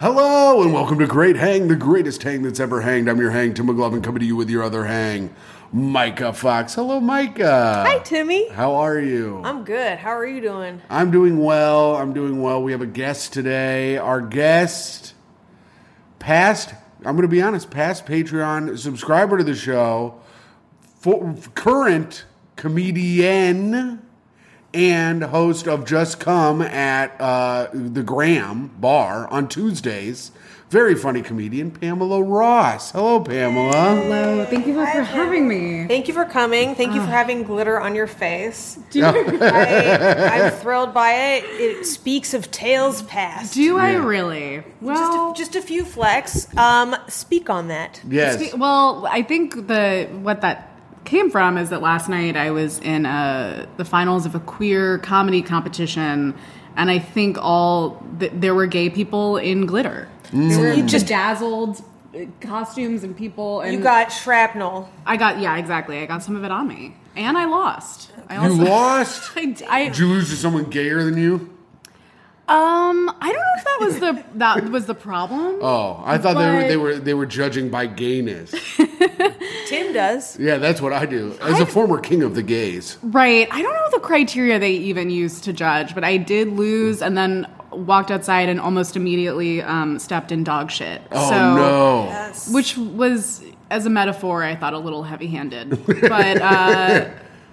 Hello and welcome to Great Hang, the greatest hang that's ever hanged. I'm your hang, Tim McLovin, coming to you with your other hang, Micah Fox. Hello, Micah. Hi, Timmy. How are you? I'm good. How are you doing? I'm doing well. I'm doing well. We have a guest today. Our guest, past, I'm going to be honest, past Patreon subscriber to the show, for, current comedian and host of Just Come at uh, the Graham Bar on Tuesdays. Very funny comedian, Pamela Ross. Hello, Pamela. Hello, Oh, thank you both for having me. Thank you for coming. Thank you for having glitter on your face. I, I'm thrilled by it. It speaks of tales past. Do I really? just, Well, a, just a few flex. Um, speak on that. Yes. spe- well, I think the what that came from is that last night I was in uh the finals of a queer comedy competition, and I think all th- there were gay people in glitter. There Mm. were just dazzled uh, costumes and people, and You got shrapnel. I got yeah, exactly. I got some of it on me, and I lost. I You also- lost? I, I- Did you lose to someone gayer than you? um, I don't know if that was the that was the problem. Oh, I thought they were But- they were they were judging by gayness. Tim does. Yeah, that's what I do. As a former king of the gays. Right. I don't know the criteria they even used to judge, but I did lose and then walked outside and almost immediately um, stepped in dog shit. Oh so, no. Which was, as a metaphor, I thought a little heavy handed. But, uh,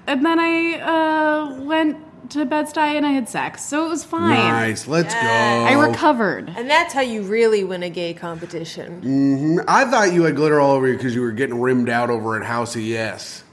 and then I uh, went to Bed-Stuy and I had sex. So it was fine. Nice. Oh. Let's Yeah. go. I recovered. And that's how you really win a gay competition. I thought you had glitter all over you because you were getting rimmed out over at House of Yes.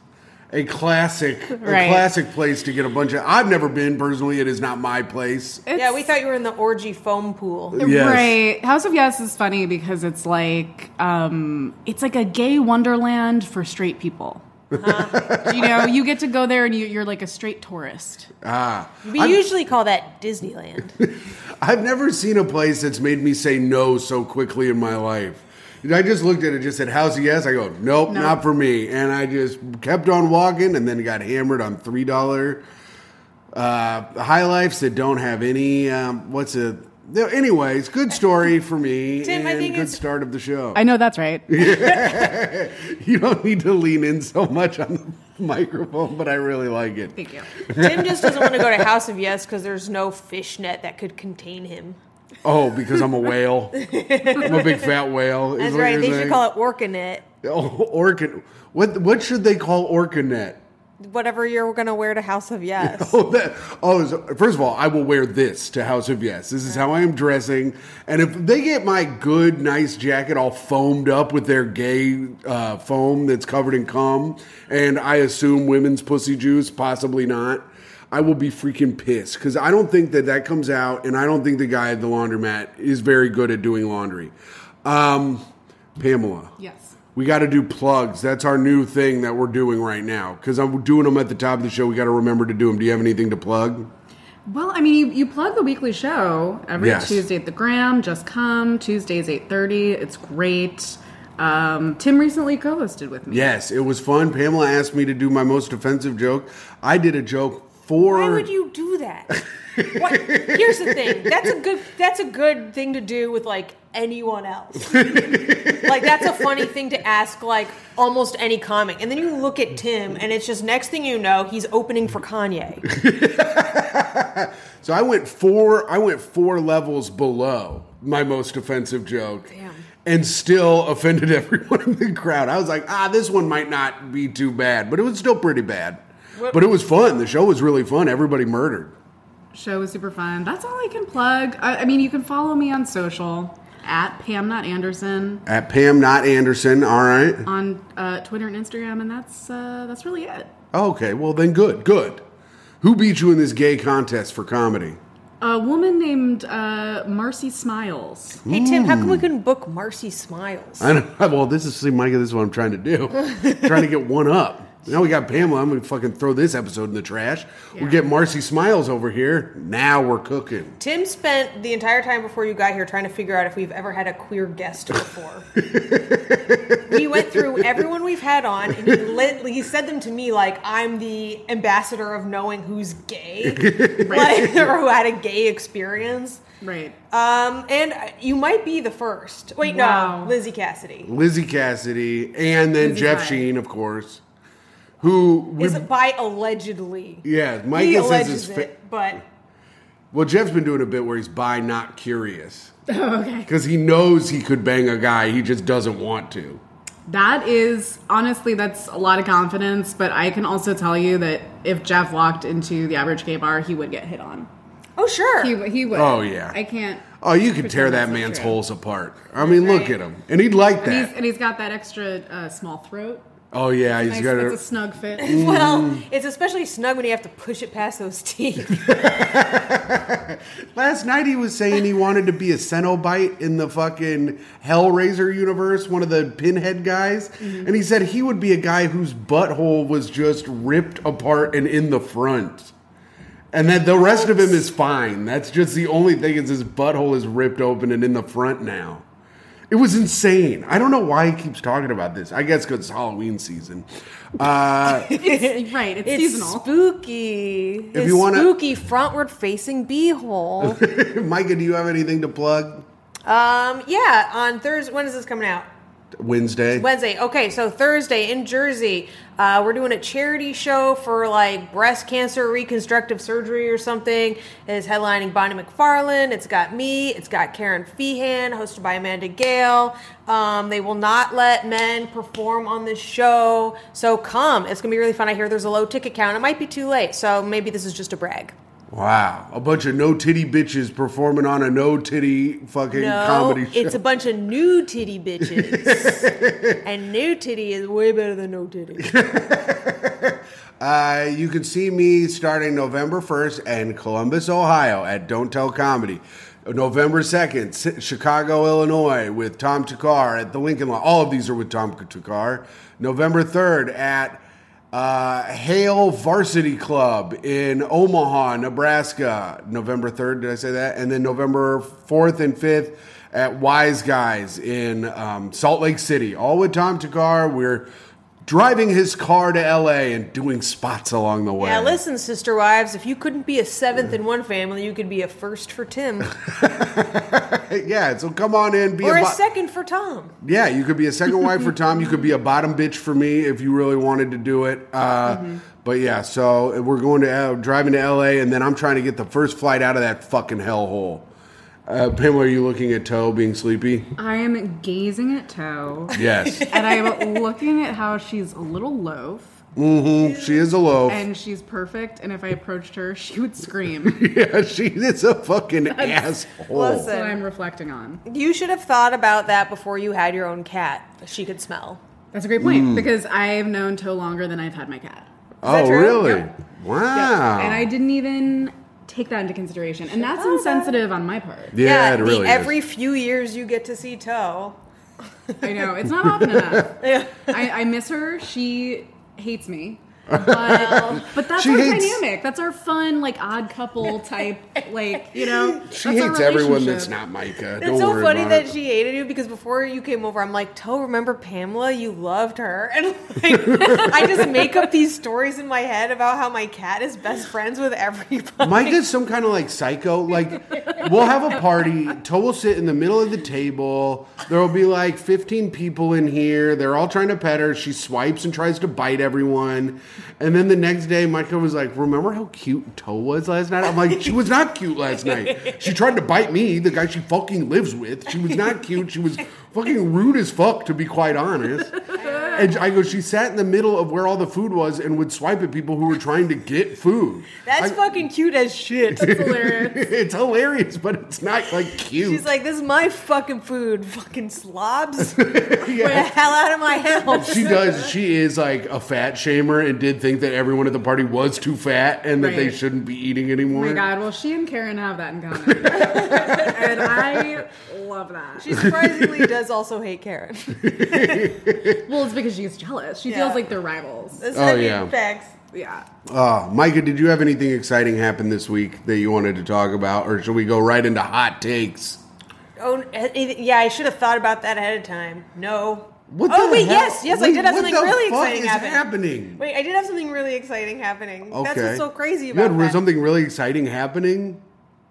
A classic, a Right. classic place to get a bunch of. I've never been personally. It is not my place. Yeah, we thought you were in the orgy foam pool. Yes. Right. House of Yes is funny because it's like um, it's like a gay wonderland for straight people. you know, you get to go there and you, you're like a straight tourist. Ah, We usually call that Disneyland. I've never seen a place that's made me say no so quickly in my life. I just looked at it, just said House of Yes. I go, nope, not for me, and I just kept on walking, and then got hammered on three dollar uh, high lifes that don't have any. Um, what's a? no, Anyways, good story for me, Tim, and I think good it's- start of the show. I know that's right. You don't need to lean in so much on the microphone, but I really like it. Thank you. Tim just doesn't want to go to House of Yes because there's no fishnet that could contain him. Oh, because I'm a whale. I'm a big fat whale. That's right. They should call it Orcanet. it oh, orca. What what should they call orcanet? Whatever you're going to wear to House of Yes. Oh, that, oh so- first of all, I will wear this to House of Yes. This is how I am dressing. And if they get my good, nice jacket all foamed up with their gay uh, foam that's covered in cum, and I assume women's pussy juice, possibly not, I will be freaking pissed because I don't think that that comes out, and I don't think the guy at the laundromat is very good at doing laundry. Um, Pamela. Yes. We got to do plugs. That's our new thing that we're doing right now because I'm doing them at the top of the show. We got to remember to do them. Do you have anything to plug? Well, I mean, you, you plug the weekly show every Yes. Tuesday at the Gram. Just come Tuesdays eight thirty. It's great. Um, Tim recently co-hosted with me. Yes, it was fun. Pamela asked me to do my most offensive joke. I did a joke for. Why would you do that? What? Here's the thing. That's a good. That's a good thing to do with like anyone else. like that's a funny thing to ask like almost any comic. And then you look at Tim, and it's just next thing you know, he's opening for Kanye. So I went four. I went four levels below my most offensive joke, Damn. and still offended everyone in the crowd. I was like, ah, this one might not be too bad, but it was still pretty bad. What- But it was fun. The show was really fun. Everybody murdered. Show was super fun. That's all I can plug. I, I mean, you can follow me on social at Pam Not Anderson. At Pam, not Anderson. All right. on uh, Twitter and Instagram, and that's uh, that's really it. Okay, well then good, good. Who beat you in this gay contest for comedy? A woman named uh, Marcy Smiles. Hey Tim, how come we couldn't book Marcy Smiles? I don't, well, this is see, Micah. This is what I'm trying to do, trying to get one up. Now we got Pamela. I'm gonna fucking throw this episode in the trash. We get Marcy Smiles over here. Now we're cooking. Tim spent the entire time before you got here trying to figure out if we've ever had a queer guest before. we went through everyone we've had on, and he, lit, he said them to me like I'm the ambassador of knowing who's gay, like, or who had a gay experience. Right. Um, and uh, you might be the first. Wait, Wow. no, Lizzie Cassidy Lizzie Cassidy and then Lizzie Jeff Hine. Sheen, of course. Who we, is by allegedly. yeah, he Michael says alleges his fa- it, but Well, Jeff's been doing a bit where he's by not curious. Oh, okay. Because he knows he could bang a guy, he just doesn't want to. That is honestly, that's a lot of confidence. But I can also tell you that if Jeff walked into the average gay bar, he would get hit on. oh sure, He he would. Oh, yeah. I can't. Oh, you could tear Pretend that that's not man's true. holes apart. I mean, look Right. at him. And he'd like And he's that. and he's got that extra uh, small throat. Oh, yeah, he's Nice, got it's a. a snug fit. Well, Mm. it's especially snug when you have to push it past those teeth. Last night he was saying he wanted to be a Cenobite in the fucking Hellraiser universe, one of the pinhead guys. Mm-hmm. And he said he would be a guy whose butthole was just ripped apart and in the front. And that the rest of him is fine. That's just the only thing is his butthole is ripped open and in the front now. It was insane. I don't know why he keeps talking about this. I guess because it's Halloween season. Uh, It's- right. It's, It's seasonal. spooky. If you wanna- spooky frontward-facing beehole. Micah, do you have anything to plug? um, yeah. On Thursday, when is this coming out? Wednesday. Wednesday. Okay, so Thursday in Jersey, uh, we're doing a charity show for like breast cancer reconstructive surgery or something. It's headlining Bonnie McFarlane. It's got me. It's got Karen Feehan, hosted by Amanda Gale. Um, they will not let men perform on this show, so come. It's gonna be really fun. I hear there's a low ticket count. It might be too late, so maybe this is just a brag. Wow, a bunch of no titty bitches performing on a no titty fucking No, comedy show. it's a bunch of new titty bitches, and new titty is way better than no titty. uh, you can see me starting November 1st in Columbus, Ohio at Don't Tell Comedy. November 2nd, S- Chicago, Illinois with Tom Takar at the Lincoln Law. All of these are with Tom Takar. November 3rd at uh, Hale Varsity Club in Omaha, Nebraska. November 3rd, did I say that? And then November 4th and 5th at Wise Guys in um, Salt Lake City. All with Tom Takar. We're driving his car to LA and doing spots along the way. Yeah, listen, sister wives, if you couldn't be a seventh in one family, you could be a first for Tim yeah, so come on in. Be or a, a bo- second for Tom. Yeah, you could be a second wife for Tom. You could be a bottom bitch for me if you really wanted to do it. Uh, Mm-hmm. But yeah, so we're going to uh, driving to LA, and then I'm trying to get the first flight out of that fucking hellhole. Uh, Pamela, are you looking at Toe being sleepy? I am gazing at Toe, Yes, and I am looking at how she's a little loaf, hmm she is a loaf. and she's perfect. And if I approached her, she would scream. yeah, she is a fucking asshole. That's what I'm reflecting on. You should have thought about that before you had your own cat. She could smell. That's a great point Mm. because I've known Toe longer than I've had my cat. oh, true? really? Yep. Wow. And I didn't even take that into consideration. And that's insensitive on my part. yeah, it the- really is. every few years you get to see Toe. I know. It's not often enough. Yeah. I, I miss her. She hates me. But, but that's She our hates- dynamic. That's our fun, like odd couple type, like, you know. She that's our hates everyone relationship. that's not Micah. It's Don't so worry funny about that it. she hated you because before you came over, I'm like, Toe, remember Pamela? You loved her. And like, I just make up these stories in my head about how my cat is best friends with everybody. Mike is some kind of like psycho. Like, we'll have a party. Toe will sit in the middle of the table. There will be like 15 people in here. They're all trying to pet her. She swipes and tries to bite everyone. And then the next day, Micah was like, Remember how cute Toe was last night? I'm like, She was not cute last night. She tried to bite me, the guy she fucking lives with. She was not cute. She was fucking rude as fuck, to be quite honest. And I go, She sat in the middle of where all the food was and would swipe at people who were trying to get food. That's I- fucking cute as shit. Hilarious. it's hilarious, but it's not like cute. She's like, this is my fucking food, fucking slobs. Get the hell out of my house. she does. She is like a fat shamer and did think that everyone at the party was too fat and that they Right. shouldn't be eating Oh anymore. my God. Well, she and Karen have that in common. and I love that. She surprisingly does also hate Karen. Well, it's because she's jealous. She Yeah. feels like they're rivals. That's Oh, fucking yeah. facts. Yeah. Uh, Micah, did you have anything exciting happen this week that you wanted to talk about, or should we go right into hot takes? Oh, anything- yeah, I should have thought about that ahead of time. No. What oh, the wait, hell- yes, yes, I wait, did have what something the really fuck exciting is happen. happening? Wait, I did have something really exciting happening. Okay. That's what's so crazy You about had re- that. something really exciting happening?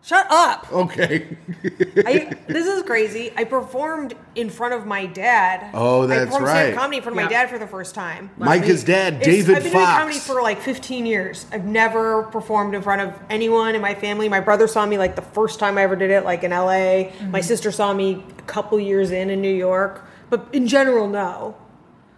Shut up. Okay. I, this is crazy. I performed in front of my dad. Oh, that's I performed right. stand-up comedy in front of my Yeah. dad for the first time. Micah's dad, It's- David I've been doing Fox. comedy for like 15 years. I've never performed in front of anyone in my family. My brother saw me like the first time I ever did it, like in LA. Mm-hmm. My sister saw me a couple years in in New York. But in general, no.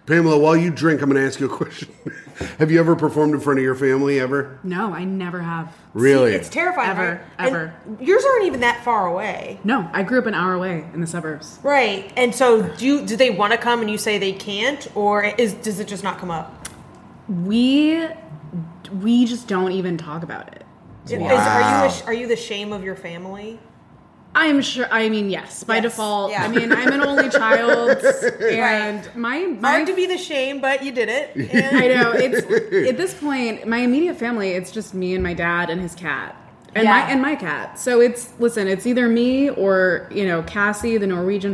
Pamela, while you drink, I'm going to ask you a question. have you ever performed in front of your family ever? No, I never have. Really? It's terrifying. Ever, right? ever. And yours aren't even that far away. No, I grew up an hour away in the suburbs. Right. And so do you, do they want to come and you say they can't or is does it just not come up? We we just don't even talk about Is- it. Wow. are you a, are you the shame of your family? I'm sure. I mean, yes, by Yes, default. yeah. I mean, I'm an only child, and my my Hard to be the shame, but you did it. I And know. It's at this point, my immediate family. It's just me and my dad and his cat, and Yeah. my and my cat. So it's listen. It's either me or you know Cassie, the Norwegian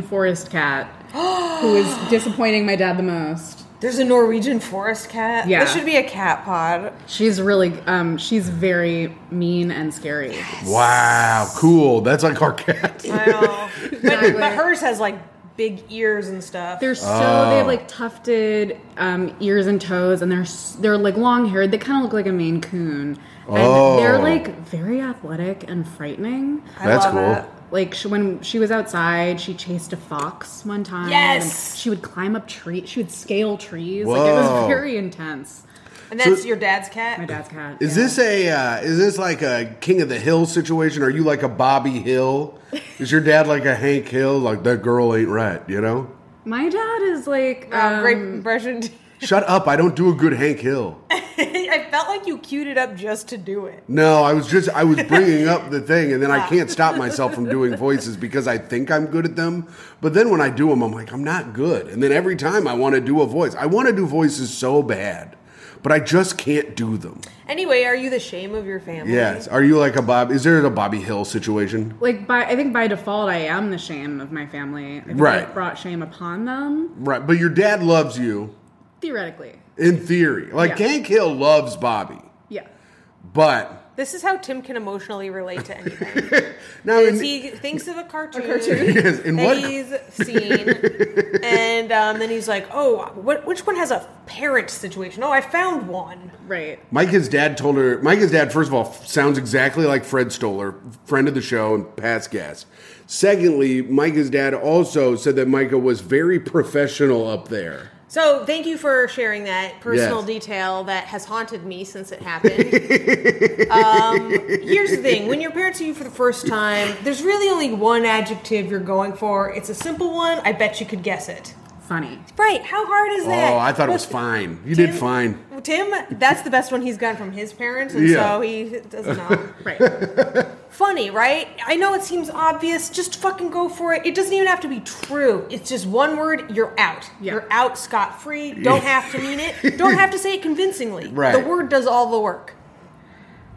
forest cat, who is disappointing my dad the most. there's a Norwegian forest cat. Yeah. This should be a cat pod. She's really, um, she's very mean and scary. Wow, cool. That's like our cat. I know. Exactly. but, but hers has like big ears and stuff. They're so Oh. they have like tufted um, ears and toes, and they're s- they're like long haired. They kind of look like a Maine Coon, and Oh. they're like very athletic and frightening. I That's love cool. it. Like she, when she was outside, she chased a fox one time. Yes! and she would climb up trees. She would scale trees. Like it Whoa. was very intense. And that's So- your dad's My cat. dad's cat. Is yeah. this a uh, is this like a King of the Hill situation? Are you like a Bobby Hill? Is your dad like a Hank Hill? Like that girl ain't right, you know? My dad is like Wow, um, great impression. Shut up! I don't do a good Hank Hill. I felt like you queued it up just to do it. No, I was just I was bringing up the thing, and then I can't stop myself from doing voices because I think I'm good at them. But then when I do them, I'm like I'm not good. And then every time I want to do a voice, I want to do voices so bad, but I just can't do them. Anyway, are you the shame of your family? Yes. Are you like a Bob? Is there a Bobby Hill situation? like by I think by default I am the shame of my family. I think I've Right. brought shame upon them Right. But your dad loves you. theoretically. In theory. Like Yeah. Hank Hill loves Bobby, Yeah. but This is how Tim can emotionally relate to anything. now is in, he thinks of a cartoon, Yes, in that what- he's seen, and um, then he's like, "Oh, what, which one has a parent situation? Oh, I found one." Right. Micah's dad told her. Micah's dad, first of all, f- sounds exactly like Fred Stoller, friend of the show and past guest. Secondly, Micah's dad also said that Micah was very professional up there. So, thank you for sharing that personal Yes. detail that has haunted me since it happened. um, here's the thing: when your parents see you for the first time, there's really only one adjective you're going for. It's a simple one. I bet you could guess it. Funny. Right? How hard is that? Oh, I thought it was What's- fine. You Tim- did fine. Tim, that's the best one he's gotten from his parents, and Yeah. so he doesn't know. Right. Funny, right? I know it seems obvious. Just fucking go for it. It doesn't even have to be true. It's just one word. You're out. Yeah. You're out scot free. Don't have to mean it. Don't have to say it convincingly. Right. The word does all the work.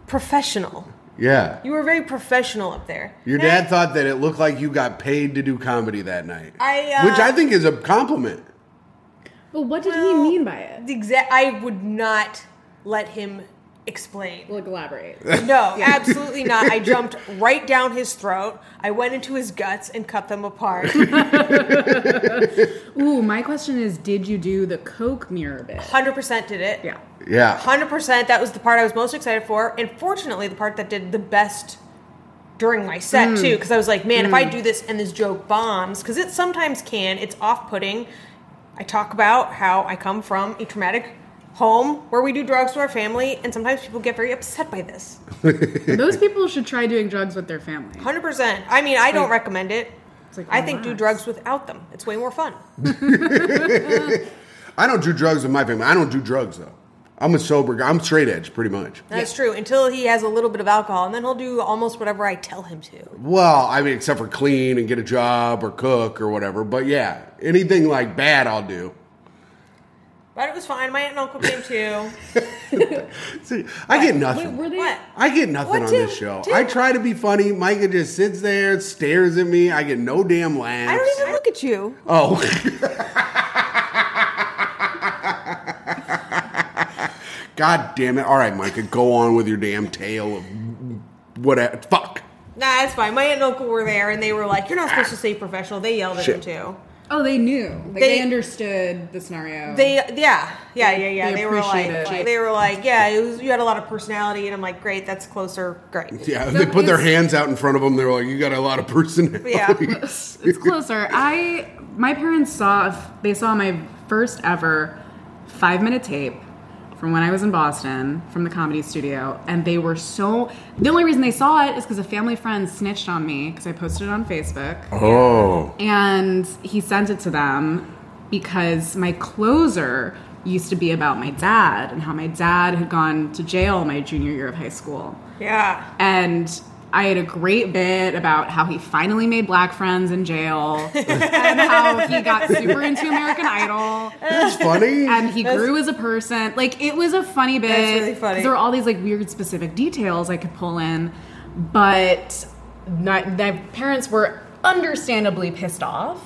Professional. Yeah. You were very professional up there. Your Now- dad thought that it looked like you got paid to do comedy that night, I, uh, which I think is a compliment. Well, what did Well, he mean by it? The exact. I would not let him explain. We'll elaborate. No, absolutely not. I jumped right down his throat. I went into his guts and cut them apart. Ooh, my question is, did you do the Coke mirror bit? 100% did it. Yeah. Yeah. 100%. That was the part I was most excited for. And fortunately, the part that did the best during my set, Mm. too. Because I was like, man, if I do this and this joke bombs, because it sometimes can, it's off putting. I talk about how I come from a traumatic home where we do drugs to our family, and sometimes people get very upset by this. Those people should try doing drugs with their family. 100%. I mean, I don't recommend it. like, I think do relax. drugs without them. It's way more fun. I don't do drugs with my family. I don't do drugs though. I'm a sober guy. I'm straight edge, pretty much. That's true. Until he has a little bit of alcohol, and then he'll do almost whatever I tell him to. Well, I mean, except for clean and get a job or cook or whatever. But yeah, anything like bad, I'll do. But it was fine. My aunt and uncle came too. See, I get nothing. were they? What? I get nothing What on did- this show. did- I try to be funny. Micah just sits there, stares at me. I get no damn laughs. I don't even look at you. Oh. God damn it. All right, Micah, go on with your damn tale of whatever. Fuck. Nah, it's fine. My aunt and uncle were there, and they were like, "You're not supposed to stay professional." They yelled at him Shit. too. Oh, they knew. Like, they, They- understood the scenario. They, yeah, yeah, yeah, yeah. They They, were like, appreciate it. they were like, yeah, it was, you had a lot of personality, and I'm like, great, that's closer, great. Yeah, they put their it's- hands out in front of them. They're like, you got a lot of personality. Yeah. it's closer. I my parents saw they saw my first ever five minute tape from when I was in Boston from the comedy studio, and they were so. The only reason they saw it is because a family friend snitched on me because I posted it on Facebook oh. and he sent it to them because my closer used to be about my dad and how my dad had gone to jail my junior year of high school. Yeah. And I had a great bit about how he finally made black friends in jail and how he got super into American Idol That's funny. and he grew as a person. Like it was a funny bit. That's really funny. 'cause There were all these like weird specific details I could pull in, but not, the parents were understandably pissed off.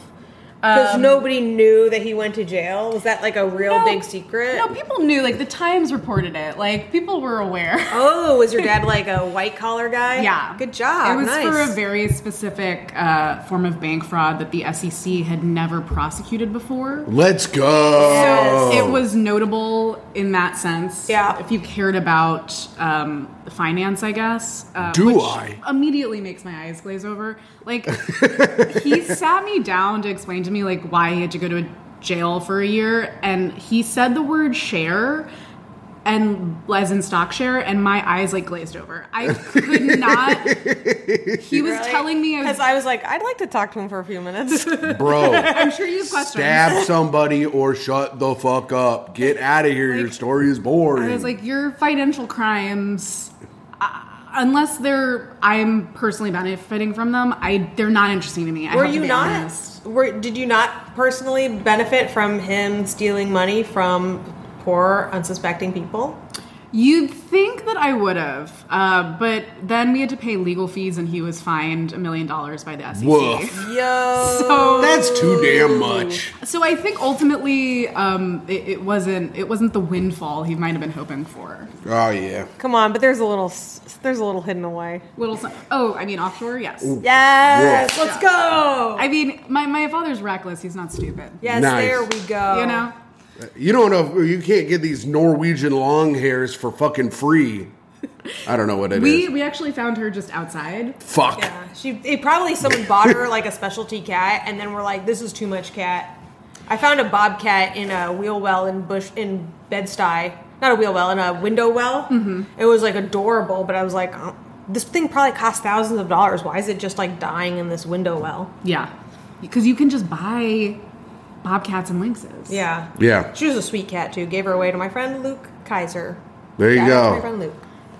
Because Um, nobody knew that he went to jail. Was that like a real No, big secret? No, people knew. Like the Times reported it. Like people were aware. Oh, was your dad like a white collar guy? Yeah. Good job. It was nice. for a very specific uh, form of bank fraud that the SEC had never prosecuted before. Let's go. It was notable in that sense. Yeah. If you cared about um, finance, I guess. Uh, Do which I? Immediately makes my eyes glaze over. Like, he sat me down to explain to me, like, why he had to go to jail for a year. And he said the word share. And as in stock share, and my eyes like glazed over. I could not. He was telling me, Because I was like, I'd like to talk to him for a few minutes. Bro, I'm sure you have questions. stab somebody or shut the fuck up. Get out of here. Your story is boring. I was like, your financial crimes, uh, unless they're I'm personally benefiting from them, I they're not interesting to me. I were have to you be not? honest. Were, did you not personally benefit from him stealing money from poor, unsuspecting people? You'd think that I would have, uh, but then we had to pay legal fees, and he was fined a million dollars by the SEC. Woof. Yo. So That's too damn much. So I think ultimately um, it, it wasn't it wasn't the windfall he might have been hoping for. Oh, yeah. Come on, but there's a little s- there's a little hidden away. Little son- oh, I mean offshore, yes. Yes, Yeah. let's go. I mean my, my father's reckless. He's not stupid. Yes, Nice. there we go. you know. You don't know. You can't get these Norwegian long hairs for fucking free. I don't know what it is. We we actually found her just outside. Fuck. Yeah, she it probably someone bought her like a specialty cat, and then we're like, this is too much cat. I found a bobcat in a wheel well in bush in Bed-Stuy. not a wheel well in a window well. Mm-hmm. It was like adorable, but I was like, oh, this thing probably costs thousands of dollars. Why is it just like dying in this window well? Yeah, because you can just buy bobcats and lynxes. Yeah, Yeah. She was a sweet cat too. Gave her away to my friend Luke Kaiser. There you Shout out to My go. friend Luke.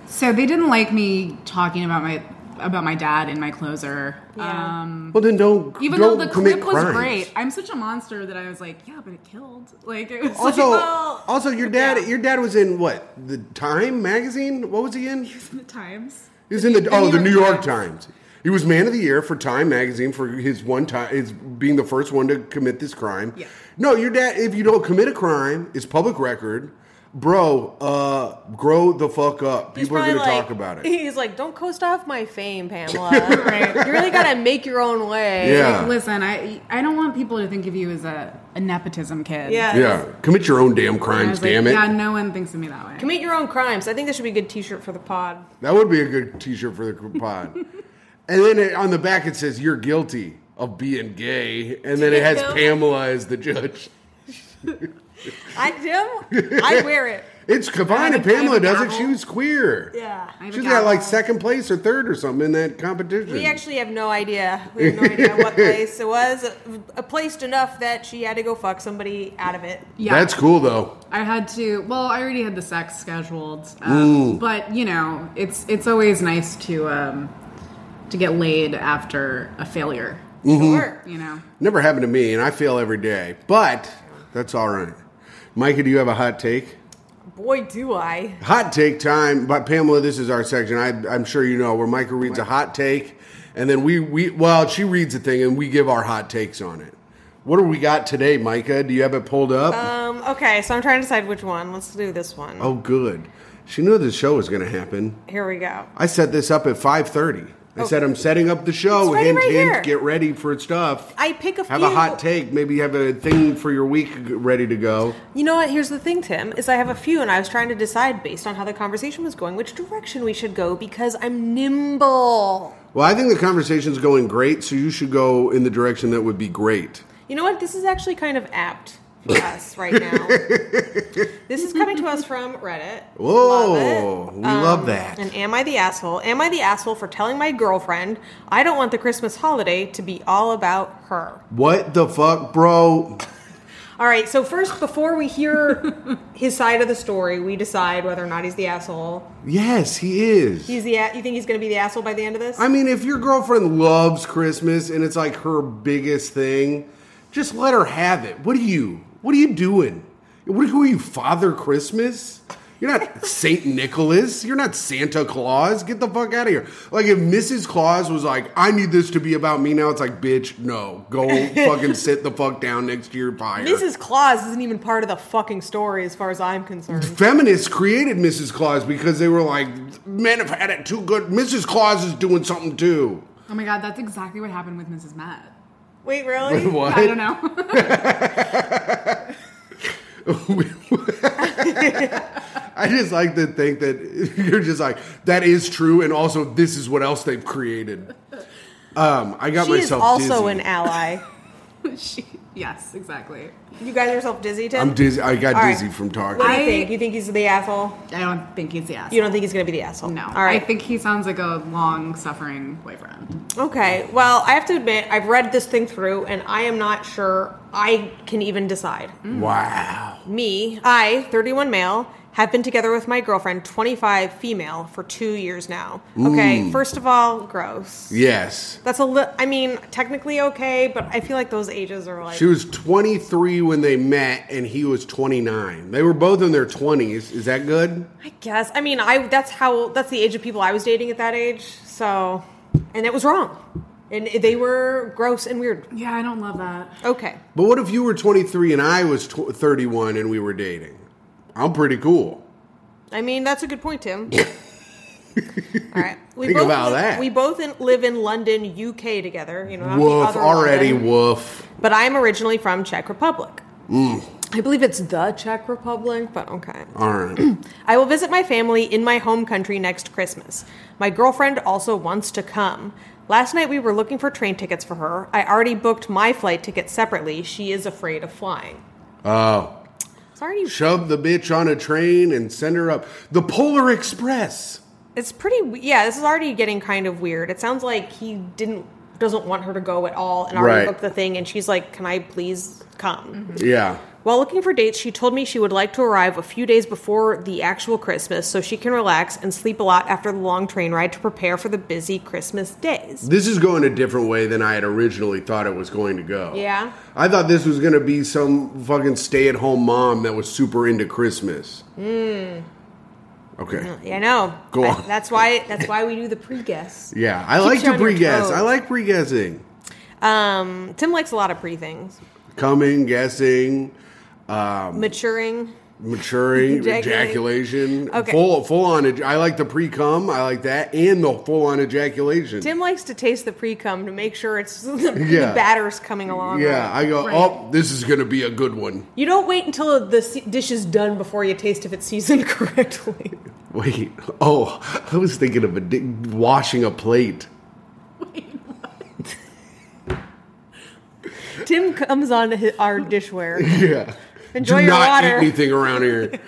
So they didn't like me talking about my about my dad in my closer. Yeah. Um, Well, then don't. even don't though the commit clip was crimes. great, I'm such a monster that I was like, yeah, but it killed. Like it was Also, like, Well, also, your dad, yeah. your dad was in what? The Time magazine? What was he in? He the times. was in the, The oh, New the New York York Times. He was man of the year for Time magazine for his one time, his being the first one to commit this crime. Yeah. No, your dad. If you don't commit a crime, it's public record, bro. Uh, grow the fuck up. He's People are gonna probably like- talk about it. He's like, don't coast off my fame, Pamela. You really gotta make your own way. Yeah. Listen, I I don't want people to think of you as a, a nepotism kid. Yeah. Yeah, commit your own damn And I crimes, was like, damn it. Yeah, no one thinks of me that way. Commit your own crimes. I think that should be a good T-shirt for the pod. That would be a good T-shirt for the pod. and then it, on the back it says, "You're guilty of being gay," and then it has Guilty. Pamela as the judge. I do. I wear it. It's combined, and I have a Pamela does it. gavel. She was queer. Yeah. I have a She got gavel. like second place or third or something in that competition. We actually have no idea. We have no idea what place it was. A placed enough that she had to go fuck somebody out of it. yeah. That's cool though. I had to. Well, I already had the sex scheduled, um, but you know, it's it's always nice to um, to get laid after a failure. Sure. You know, Never happened to me, and I fail every day, but that's all right. Micah, do you have a hot take? Boy, do I. Hot take time. But Pamela, this is our section. I, I'm sure you know where Micah reads a hot take, and then we we well she reads a thing and we give our hot takes on it. What do we got today, Micah? Do you have it pulled up? Uh, Um, okay, so I'm trying to decide which one. Let's do this one. oh, good. She knew this show was going to happen. Here we go. I set this up at 5:30. I said I'm setting up the show. It's ready hint, right hint. here. Get ready for stuff. I pick a have a few- hot take. Maybe have a thing for your week ready to go. You know what? Here's the thing, Tim, is I have a few and I was trying to decide based on how the conversation was going which direction we should go because I'm nimble. Well, I think the conversation's going great, so you should go in the direction that would be great. You know what? This is actually kind of apt for us right now. this is coming to us from Reddit. Whoa, it. Um, we love that. And am I the asshole? Am I the asshole for telling my girlfriend I don't want the Christmas holiday to be all about her? What the fuck, bro? All right, so first, before we hear his side of the story, we decide whether or not he's the asshole. Yes, he is. He's the. a- You think he's going to be the asshole by the end of this? I mean, if your girlfriend loves Christmas and it's like her biggest thing, just let her have it. What are you? What are you doing? What are you, Father Christmas? You're not Saint Nicholas. You're not Santa Claus. Get the fuck out of here. Like if Mrs. Claus was like, "I need this to be about me now," it's like, "Bitch, no, go fucking sit the fuck down next to your fire." Mrs. Claus isn't even part of the fucking story, as far as I'm concerned. feminists created Mrs. Claus because they were like, "Men have had it too good. Mrs. Claus is doing something too." Oh my god, that's exactly what happened with Mrs. Matt. Wait, really? What? I don't know. I just like to think that you're just like that is true, and also this is what else they've created. Um, I got She is myself also dizzy. an ally. she, yes, exactly. You guys are yourself dizzy, Tim. I'm dizzy. I got All right. dizzy from talking. What do you I- think? You think he's the asshole? I don't think he's the asshole. You don't think he's going to be the asshole? no. All right. I think he sounds like a long-suffering boyfriend. Okay. Well, I have to admit, I've read this thing through, and I am not sure I can even decide. Wow. Me, I, 31 male, have been together with my girlfriend, 25 female, for two years now. Okay. First of all, gross. Yes. That's a little. I mean, technically okay, but I feel like those ages are like. She was 23 when they met, and he was 29. They were both in their 20s. Is that good? I guess. I mean, I that's how that's the age of people I was dating at that age. So, and it was wrong, and they were gross and weird. Yeah, I don't love that. Okay. But what if you were 23 and I was tw- 31 and we were dating? I'm pretty cool. I mean, that's a good point, Tim. All right. We Think both about live, that. We both in, live in London, UK together. You know, not the Woof. other Already London. woof. But I'm originally from Czech Republic. Mm. I believe it's the Czech Republic, but okay. All right. I will visit my family in my home country next Christmas. My girlfriend also wants to come. Last night we were looking for train tickets for her. I already booked my flight ticket separately. She is afraid of flying. Oh. It's already shove the bitch on a train and send her up the Polar Express. it's pretty we- yeah, this is already getting kind of weird. It sounds like he didn't doesn't want her to go at all and already Right. booked the thing and she's like, "Can I please come?" Yeah. While looking for dates, she told me she would like to arrive a few days before the actual Christmas so she can relax and sleep a lot after the long train ride to prepare for the busy Christmas days. This is going a different way than I had originally thought it was going to go. Yeah. I thought this was going to be some fucking stay at home mom that was super into Christmas. Mm. Hmm. Okay. Yeah, I know. Go I- on. that's why. That's why we do the pre-guess. Yeah. I Keeps like you to on your pre guess. toes. I like pre guessing. Um, Tim likes a lot of pre things. Coming, guessing, Um, Maturing. maturing, Ejaculating. ejaculation. Okay. Full full on. ej- I like the pre cum. I like that. And the full on ejaculation. Tim likes to taste the pre cum to make sure it's the, the Yeah. batter's coming along. yeah. right. I go, Right. oh, this is going to be a good one. You don't wait until the se- dish is done before you taste if it's seasoned correctly. Wait. Oh, I was thinking of a di- washing a plate. Tim comes on to hi- our dishware. Yeah. Enjoy Do your not water. eat anything around here.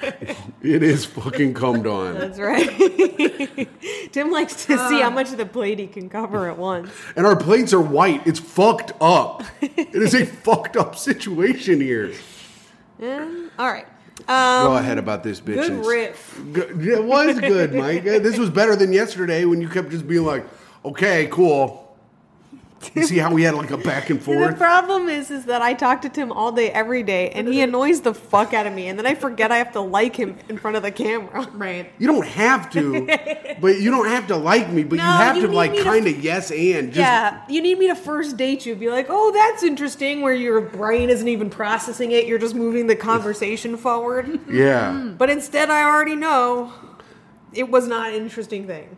it is fucking cummed on. That's right. Tim likes to see how much of the plate he can cover at once. And our plates are white. It's fucked up. It is a fucked up situation here. All right. Um, Go ahead about this bitch. good and- riff. Good- Uh, It was good, Mike. This was better than yesterday when you kept just being like, okay, cool. You see how we had like a back and The forth? problem is, is that I talk to Tim all day, every day, and he annoys the fuck out of me, and then I forget I have to like him in front of the camera. Right. You don't have to, but you don't have to like me, but No, you have you to need like me to- kind of yes and. Just, yeah, you need me to first date you. Be like, oh, that's interesting. Where your brain isn't even processing it, you're just moving the conversation forward. Yeah. But instead, I already know it was not an interesting thing.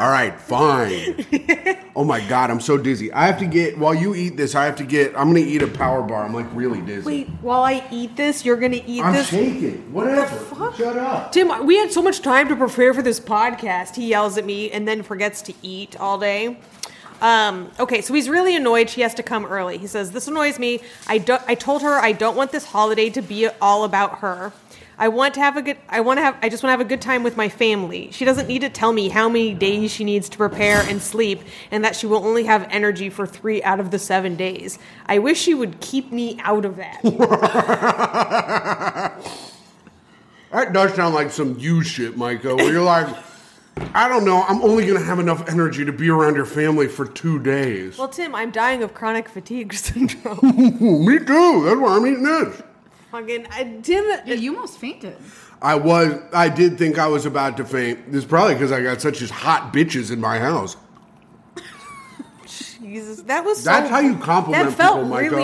All right, fine. oh my God, I'm so dizzy. I have to get, while you eat this, I have to get, I'm going to eat a power bar. I'm like really dizzy. Wait, while I eat this, you're gonna eat I'm this. shaking. Whatever. fuck? Shut up. Tim, we had so much time to prepare for this podcast. He yells at me and then forgets to eat all day. Um, okay, so he's really annoyed. She has to come early. He says, "This annoys me. I do- I told her I don't want this holiday to be all about her. I want to have a good. I want to have. I just want to have a good time with my family. She doesn't need to tell me how many days she needs to prepare and sleep, and that she will only have energy for three out of the seven days. I wish she would keep me out of that." That does sound like some you shit, Micah, where you're like, I don't know, I'm only going to have enough energy to be around your family for two days. well, Tim, I'm dying of chronic fatigue syndrome. Ooh, me too. That's why I'm eating this. Fucking I, Tim. Yeah, you almost fainted. I was, I did think I was about to faint. It's probably because I got such as hot bitches in my house. uh, Jesus, that was so, That's how you compliment that felt people, Micah.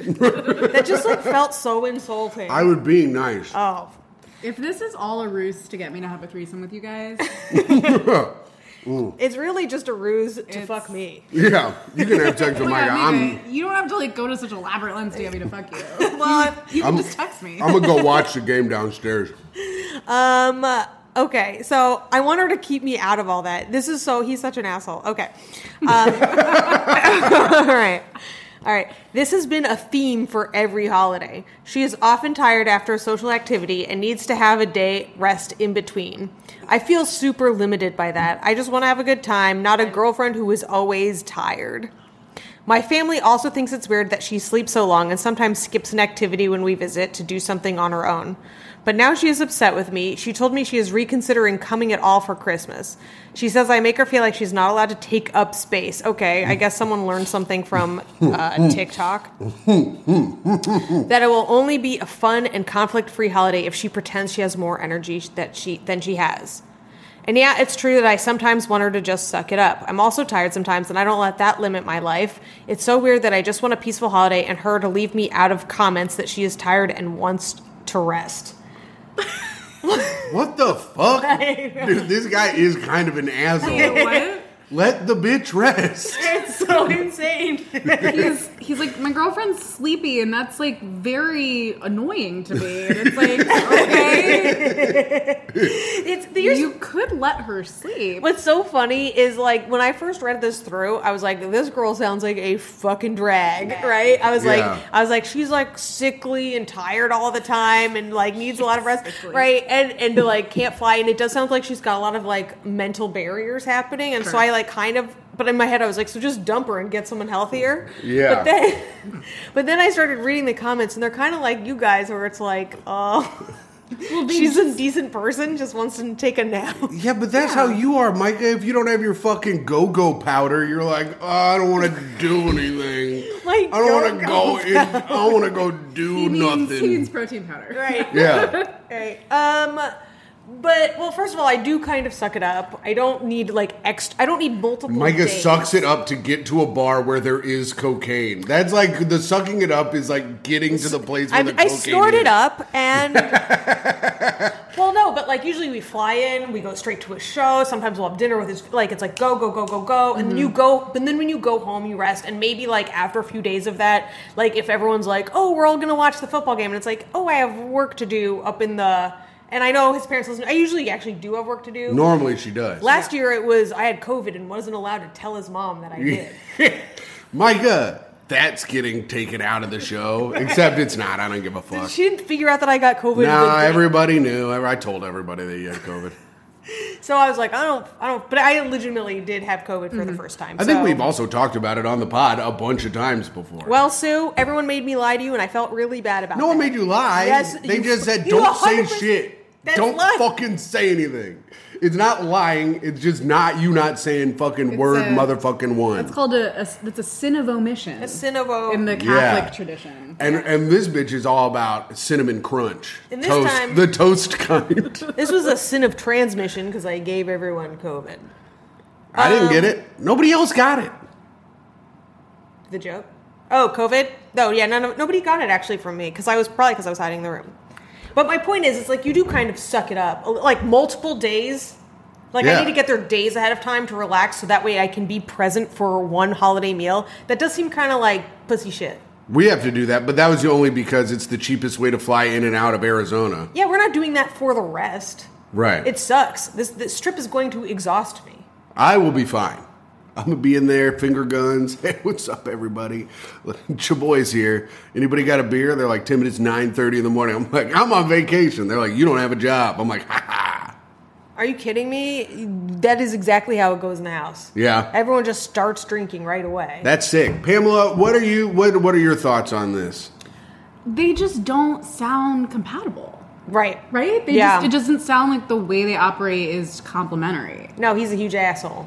rude. that just like felt so insulting. I was being nice. oh, If this is all a ruse to get me to have a threesome with you guys, it's really just a ruse to It's- fuck me. yeah, you can have sex with look Micah. at me, Oh I'm, babe. you don't have to like go to such elaborate lengths to get me to fuck you. Well, You can I'm- just text me. I'm going to go watch the game downstairs. um, uh, okay. So I want her to keep me out of all that. This is so he's such an asshole. Okay. Um, all right. All right. This has been a theme for every holiday. She is often tired after a social activity and needs to have a day rest in between. I feel super limited by that. I just want to have a good time, not a girlfriend who is always tired. My family also thinks it's weird that she sleeps so long and sometimes skips an activity when we visit to do something on her own. But now she is upset with me. She told me she is reconsidering coming at all for Christmas. She says I make her feel like she's not allowed to take up space. Okay, I guess someone learned something from uh, TikTok. that it will only be a fun and conflict-free holiday if she pretends she has more energy that she than she has. And yeah, it's true that I sometimes want her to just suck it up. I'm also tired sometimes, and I don't let that limit my life. It's so weird that I just want a peaceful holiday and her to leave me out of comments that she is tired and wants to rest. What the fuck? Dude, this guy is kind of an asshole. what? Let the bitch rest. It's so insane. He's he's like my girlfriend's sleepy, and that's like very annoying to me. And it's like okay, It's here's- you could let her sleep. What's so funny is like when I first read this through, I was like, this girl sounds like a fucking drag, right? I was Yeah. like, I was like, she's like sickly and tired all the time and like needs a lot of rest, Sickly. right? And and like can't fly. And it does sound like she's got a lot of like mental barriers happening. And so Sure. I like kind of, but in my head I was like, so just dump her and get someone healthier. Yeah. But then, but then I started reading the comments and they're kind of like you guys, where it's like, oh, Well, they she's a decent person, just wants to take a nap. Yeah, but that's how you are, Micah. If you don't have your fucking go go powder, you're like, oh, I don't want to do anything. My I don't want to go-go go. In, I don't want to go do he means, he nothing. means protein powder. Right. yeah, Right. Um, but well, first of all, I do kind of suck it up. I don't need like ex. I don't need multiple. Micah days. sucks it up to get to a bar where there is cocaine. That's like the sucking it up is like getting to the place where I'm, the I cocaine snort is. it up and. well, no, but like usually we fly in, we go straight to a show. Sometimes we'll have dinner with his. Like it's like go go go go go, and Mm-hmm. then you go. And then when you go home, you rest, and maybe like after a few days of that, like if everyone's like, oh, we're all gonna watch the football game, and it's like, oh, I have work to do up in the. And I know his parents listen. I usually actually do have work to do. Normally she does. Last year it was I had COVID and wasn't allowed to tell his mom that I did. Micah, that's getting taken out of the show. Except it's not. I don't give a fuck. She didn't figure out that I got COVID. No, and- everybody knew. I I told everybody that you had COVID. so I was like, I don't, I don't. But I legitimately did have COVID for the first time. Mm-hmm. I think so- we've also talked about it on the pod a bunch of times before. Well, Sue, everyone made me lie to you, and I felt really bad about. no one that. made you lie. Yes, they you- just said you don't say 100% shit. That's Don't life. fucking say anything. It's not lying. It's just not you not saying fucking word a- motherfucking one. That's called a, a that's a sin of omission. A sin of o- in the Yeah. Catholic tradition. and and this bitch is all about cinnamon crunch. And this toast, time- the toast kind. This was a sin of transmission because I gave everyone COVID. I didn't get Um, it. Nobody else got it. The joke? Oh, COVID? No, yeah, none of, nobody got it actually from me because I was probably because I was hiding in the room. But my point is, it's like you do kind of suck it up, like multiple days. Like Yeah. I need to get there days ahead of time to relax, so that way I can be present for one holiday meal. That does seem kind of like pussy shit. We have to do that, but that was only because it's the cheapest way to fly in and out of Arizona. Yeah, we're not doing that for the rest. Right. It sucks. This this trip is going to exhaust me. I will be fine. I'm gonna be in there, finger guns. Hey, what's up, everybody? Your boys here. Anybody got a beer? They're like, Tim, it's 9.30 in the morning. I'm like, I'm on vacation. They're like, you don't have a job. I'm like, ha ha. Are you kidding me? That is exactly how it goes in the house. Yeah. Everyone just starts drinking right away. That's sick. Pamela, what are you what what are your thoughts on this? They just don't sound compatible, right. right? They Yeah. just it doesn't sound like the way they operate is complementary. No, he's a huge asshole.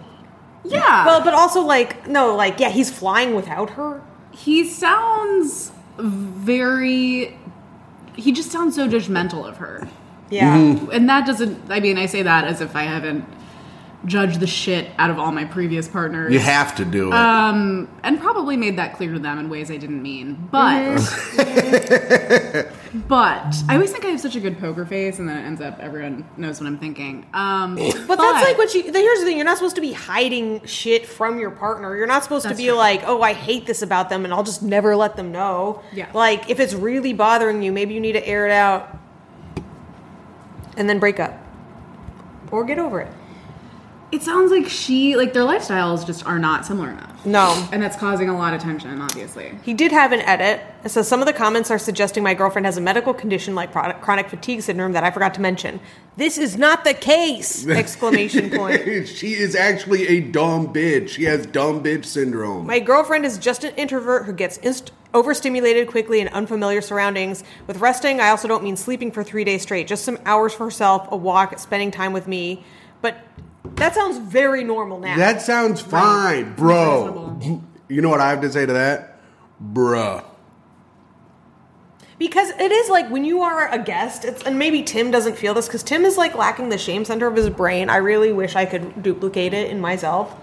Yeah. Well, but also like no, like yeah, he's flying without her. he sounds very he just sounds so judgmental of her. Yeah. And that doesn't I mean, I say that as if I haven't judged the shit out of all my previous partners. You have to do it. Um, and probably made that clear to them in ways I didn't mean. But but I always think I have such a good poker face, and then it ends up everyone knows what I'm thinking. Um, but, But that's like what you. the- Here's the thing: you're not supposed to be hiding shit from your partner. You're not supposed to That's be right. like, "Oh, I hate this about them, and I'll just never let them know." Yeah. Like, if it's really bothering you, maybe you need to air it out, and then break up, or get over it. it sounds like she like their lifestyles just are not similar enough, No, and that's causing a lot of tension, obviously. He did have an edit. So some of the comments are suggesting my girlfriend has a medical condition like product, chronic fatigue syndrome that I forgot to mention. This is not the case! Exclamation point. she is actually a dumb bitch. She has dumb bitch syndrome. My girlfriend is just an introvert who gets inst- overstimulated quickly in unfamiliar surroundings. With resting, I also don't mean sleeping for three days straight. Just some hours for herself, a walk, spending time with me. But that sounds very normal now. that sounds fine, bro. Reasonable. You know what I have to say to that? Bruh. Because it is like when you are a guest, it's, and maybe Tim doesn't feel this because Tim is like lacking the shame center of his brain. I really wish I could duplicate it in myself.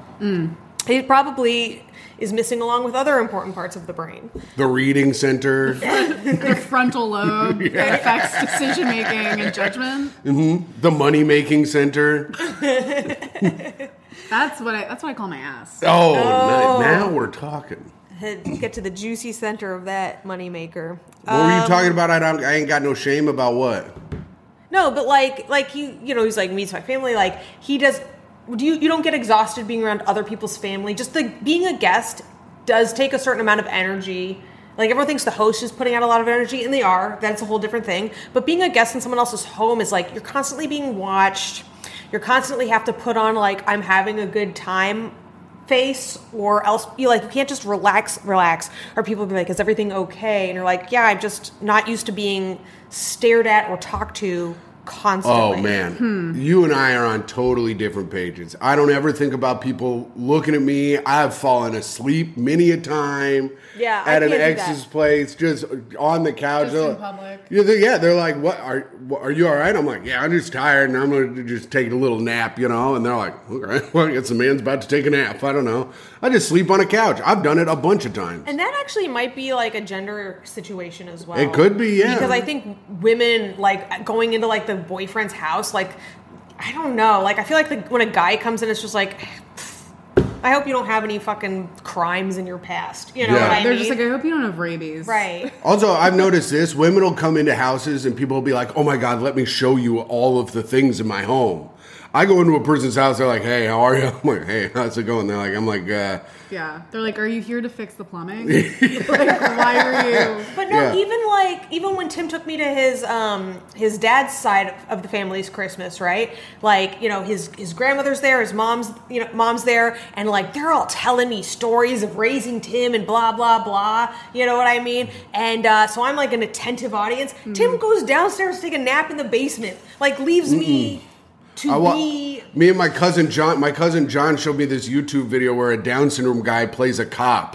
He probably is missing along with other important parts of the brain. The reading center. Their frontal lobe that affects decision making and judgment. The money making center. That's what I that's what I call my ass. Oh, ni- now we're talking. Get to the juicy center of that moneymaker. What were you talking about? I, don't, I ain't got no shame about what. No, but like, like he, you know, he's like meets my family. Like he does. Do you you don't get exhausted being around other people's family? Just like being a guest does take a certain amount of energy. Like everyone thinks the host is putting out a lot of energy, and they are. That's a whole different thing. But being a guest in someone else's home is like you're constantly being watched. You're constantly have to put on like I'm having a good time face or else you like you can't just relax relax or people be like is everything okay and you're like yeah i'm just not used to being stared at or talked to Oh constantly man, Hmm. you and I are on totally different pages. I don't ever think about people looking at me. I've fallen asleep many a time. Yeah, I at an can't do ex's that. place, just on the couch. Just in public. Yeah, they're, yeah, they're like, "What are what- are you all right?" I'm like, "Yeah, I'm just tired, and I'm gonna just take a little nap," you know. And they're like, "Okay, well, I guess the man's about to take a nap." I don't know. I just sleep on a couch. I've done it a bunch of times. and that actually might be like a gender situation as well It could be, yeah. because i think women like going into like the boyfriend's house like i don't know like i feel like the, when a guy comes in it's just like i hope you don't have any fucking crimes in your past you know Yeah. what I They're mean? just like, I hope you don't have rabies. right Also, I've noticed this: women will come into houses and people will be like, "Oh my God, let me show you all of the things in my home." I go into a person's house, they're like, "Hey, how are you?" I'm like, "Hey, how's it going?" They're like, "I'm like, uh, Yeah. They're like, are you here to fix the plumbing? like, why are you? But no, Yeah. even like even when Tim took me to his um his dad's side of- of the family's Christmas, right? Like you know his his grandmother's there, his mom's you know mom's there, and like they're all telling me stories of raising Tim and blah blah blah. You know what I mean? And uh, so I'm like an attentive audience. Tim goes downstairs to take a nap in the basement, like leaves me to I wa- be. me and my cousin John. My cousin John showed me this YouTube video where a Down syndrome guy plays a cop,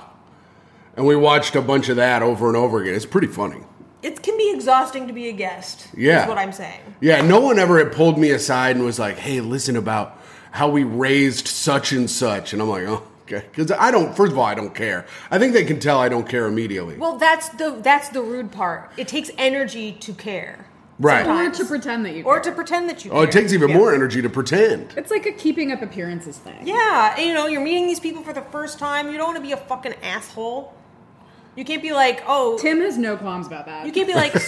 and we watched a bunch of that over and over again. It's pretty funny. It can be exhausting to be a guest. Yeah. is what I'm saying. Yeah, no one ever had pulled me aside and was like, "Hey, listen about how we raised such and such," and I'm like, "Oh, okay," because I don't. First of all, I don't care. I think they can tell I don't care immediately. Well, that's the that's the rude part. It takes energy to care, Right. Or sometimes. to pretend that you. or to care. pretend that you. oh, it care. takes even Yeah. more energy to pretend. It's like a keeping up appearances thing. Yeah, and, you know, you're meeting these people for the first time. You don't want to be a fucking asshole. You can't be like, oh, Tim has no qualms about that. you can't be like, you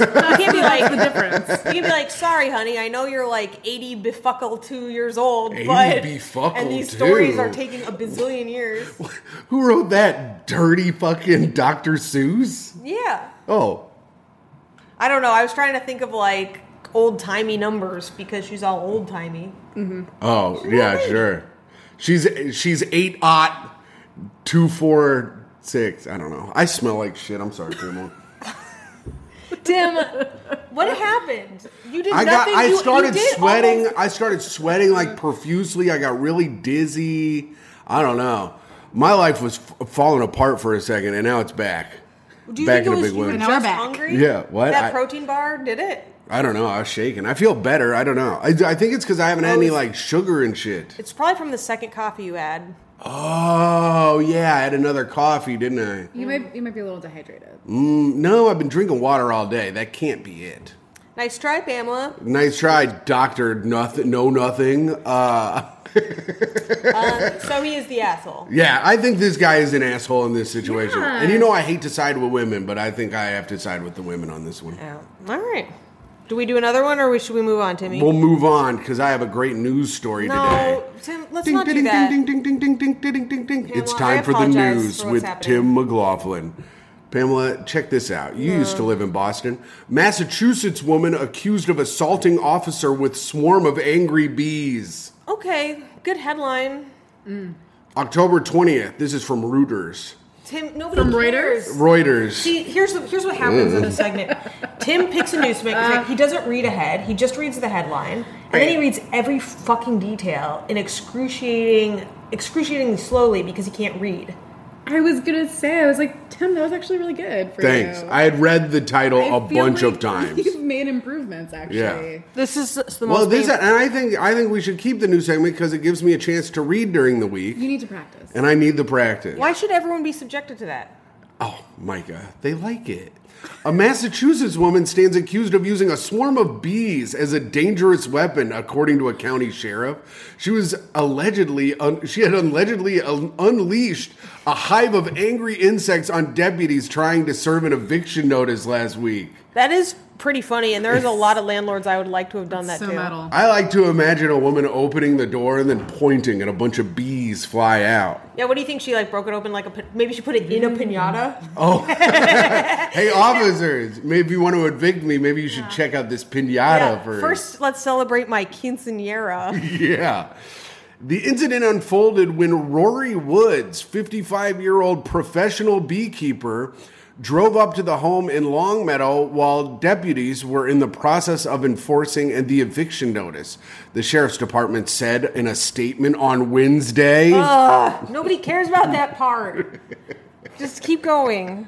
can't be like, the difference. You can be like, sorry, honey, I know you're like 80 befuckle two years old, 80 but. befuckle and these two. stories are taking a bazillion years. Who wrote that dirty fucking Dr. Seuss? Yeah. Oh, I don't know. I was trying to think of like old timey numbers because she's all old timey. oh, yeah, lady. sure. She's she's eight ot two four six. I don't know. I smell like shit. I'm sorry, Grandma. Tim, what happened? You did I got. nothing. I you, you started did sweating. almost- I started sweating like profusely. I got really dizzy. I don't know. My life was f- falling apart for a second, and now it's back. Do you back think in it a was big you were way. Now we're just back. hungry? Yeah, what? That I- protein bar did it. I don't know. I was shaking. I feel better. I don't know. I, I think it's because I haven't had any Rose. like sugar and shit. It's probably from the second coffee you had. Oh yeah, I had another coffee, didn't I? You might you might be a little dehydrated. Mm, no, I've been drinking water all day. That can't be it. Nice try, Pamela. Nice try, Doctor. Nothing. No nothing. Uh, Um, so he is the asshole. yeah, I think this guy is an asshole in this situation. Yeah. And you know, I hate to side with women, but I think I have to side with the women on this one. Yeah. All right. Do we do another one, or we- should we move on, Timmy? We'll move on because I have a great news story today. no, Tim. Let's Ding, not do ding, that. ding, ding, ding, ding, ding, ding, ding, ding, ding. Pamela, It's I time for the apologize news for what's with happening. Tim McLaughlin. Pamela, check this out. You used to live in Boston. Massachusetts woman accused of assaulting officer with swarm of angry bees. Okay. Good headline. October 20th. This is from Reuters. Tim. Nobody From cares. Reuters? Reuters. See, here's the, here's what happens in a segment. Tim picks a news segment. He doesn't read ahead. He just reads the headline, and then he reads every fucking detail in excruciating, excruciatingly slowly because he can't read. I was gonna say, I was like, Tim, that was actually really good for Thanks. you. I had read the title I a feel bunch like of times. You've made improvements actually. Yeah. This is the Well, this and I think I think we should keep the news segment because it gives me a chance to read during the week, You need to practice. and I need the practice. Why should everyone be subjected to that? Oh, Micah, they like it. A Massachusetts woman stands accused of using a swarm of bees as a dangerous weapon, according to a county sheriff. She was allegedly un- she had allegedly un- unleashed a hive of angry insects on deputies trying to serve an eviction notice last week. That is pretty funny, and there's a lot of landlords I would like to have done that so too. metal. I like to imagine a woman opening the door and then pointing, and a bunch of bees fly out. Yeah, what do you think? She like broke it open like a pi- maybe she put it in a pinata. Oh, hey, officers! Maybe you want to evict me. Maybe you should check out this pinata Yeah, first. First, let's celebrate my quinceanera. Yeah. The incident unfolded when Rory Woods, 55 year old professional beekeeper, drove up to the home in Longmeadow while deputies were in the process of enforcing and the eviction notice. The sheriff's department said in a statement on Wednesday. Oh, Nobody cares about that part. Just keep going.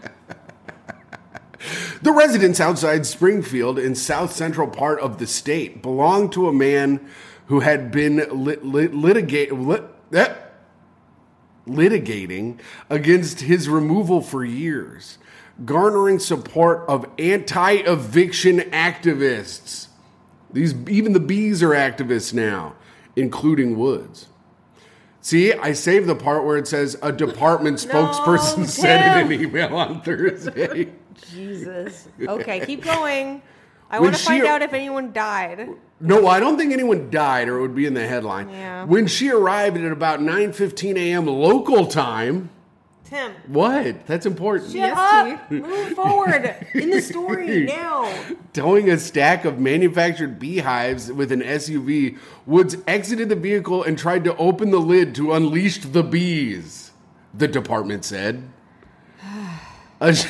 The residents outside Springfield in south central part of the state belonged to a man who had been lit, lit, litigate, lit, eh, litigating against his removal for years, garnering support of anti eviction activists. These even the bees are activists now, including Woods. See, I saved the part where it says a department spokesperson sent in an email on Thursday. Jesus. Okay, keep going. I When want to she- find out if anyone died. No, I don't think anyone died, or it would be in the headline. Yeah. When she arrived at about 9:15 a.m. local time. Tim, What? That's important. get Yes, up, move forward in the story now. Towing a stack of manufactured beehives with an SUV, Woods exited the vehicle and tried to open the lid to unleash the bees, the department said. A, sh-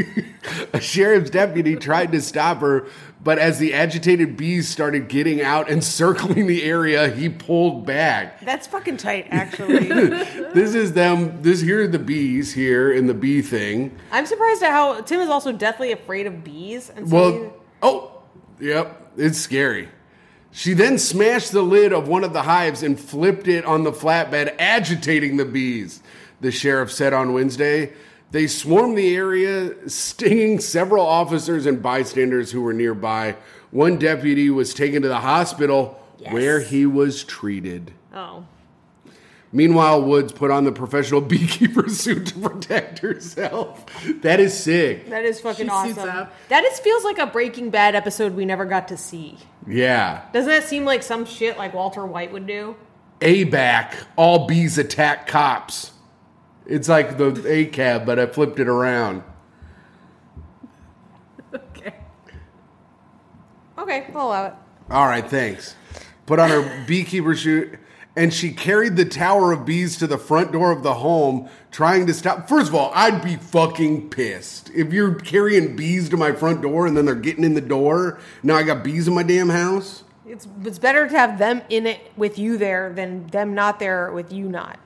a sheriff's deputy tried to stop her, but as the agitated bees started getting out and circling the area, he pulled back. That's fucking tight, actually. This is them. This here are the bees here in the bee thing. I'm surprised at how Tim is also deathly afraid of bees. And so Well, he- oh, yep, it's scary. She then smashed the lid of one of the hives and flipped it on the flatbed, agitating the bees, the sheriff said on Wednesday. They swarmed the area, stinging several officers and bystanders who were nearby. One deputy was taken to the hospital where he was treated. oh, Meanwhile, Woods put on the professional beekeeper suit to protect herself. That is sick. that is fucking She awesome. suits up. That is feels like a Breaking Bad episode we never got to see. Yeah. Doesn't that seem like some shit like Walter White would do? ABAC, all bees attack cops. It's like the ACAB, but I flipped it around. Okay. Okay, I'll allow it. All right, thanks. Put on her beekeeper shoot, and she carried the tower of bees to the front door of the home, trying to stop. First of all, I'd be fucking pissed if you're carrying bees to my front door and then they're getting in the door. Now I got bees in my damn house. It's it's better to have them in it with you there than them not there with you not.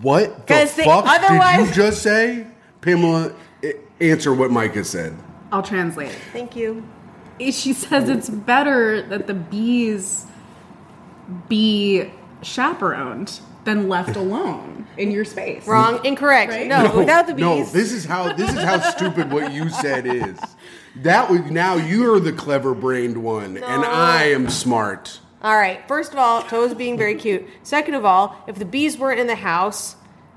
What the 'Cause they- fuck did you otherwise- just say, Pamela? a- Answer what Micah said. I'll translate. Thank you. She says it's better that the bees be chaperoned than left alone in your space. Wrong. Incorrect. Right? No, without the bees. No, this is how this is how stupid what you said is. That was now you're the clever brained one, and No. I am smart. All right. First of all, Toad's being very cute. Second of all, if the bees weren't in the house,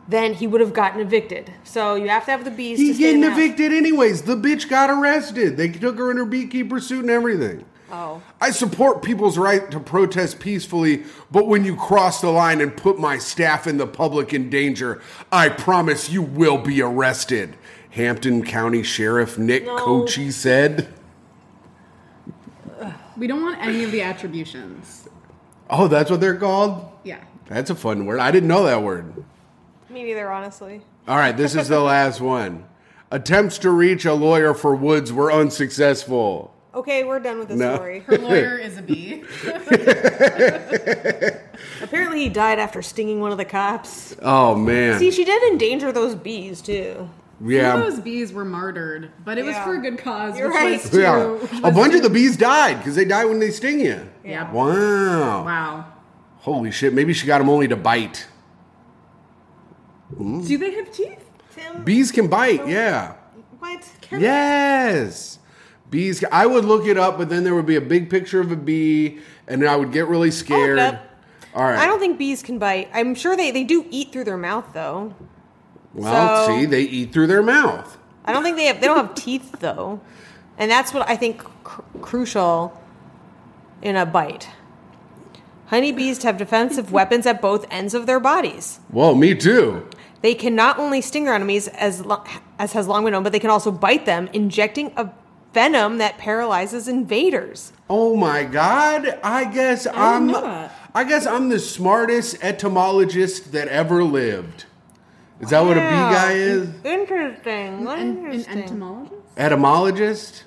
then he would have gotten evicted. So you have to have the bees. to He's stay getting in the house. evicted anyways. The bitch got arrested. They took her in her beekeeper suit and everything. Oh. I support people's right to protest peacefully, but when you cross the line and put my staff and the public in danger, I promise you will be arrested. Hampton County Sheriff Nick No. Cochey said. We don't want any of the attributions. Oh, that's what they're called? Yeah. That's a fun word. I didn't know that word. Me neither, honestly. All right, this is the last one. Attempts to reach a lawyer for Woods were unsuccessful. Okay, we're done with the No. story. Her lawyer is a bee. Apparently, he died after stinging one of the cops. Oh man. See, she did endanger those bees too. yeah. Some of those bees were martyred, but it was Yeah. for a good because You're which right. was to, yeah. which A was bunch to- of the bees died because they die when they sting you. Yeah. Wow. Wow. Holy shit. Maybe she got them only to bite. Do they have teeth? Tim, Bees can bite. Yeah. what? Yes. Bees. I would look it up, but then there would be a big picture of a bee, and I would get really scared. up. All right. I don't think bees can bite. I'm sure they, they do eat through their mouth though. well, so- see, they eat through their mouth. I don't think they have they don't have teeth though, and that's what I think cr- crucial in a bite. Honeybees have defensive weapons at both ends of their bodies. Well, me too. They can not only sting their enemies, as lo- as has long been known, but they can also bite them, injecting a venom that paralyzes invaders. Oh my god! I guess I am know that. I guess I'm the smartest etymologist that ever lived. Is that what a bee Wow. guy is? Interesting. An, an Interesting. entomologist? Etymologist,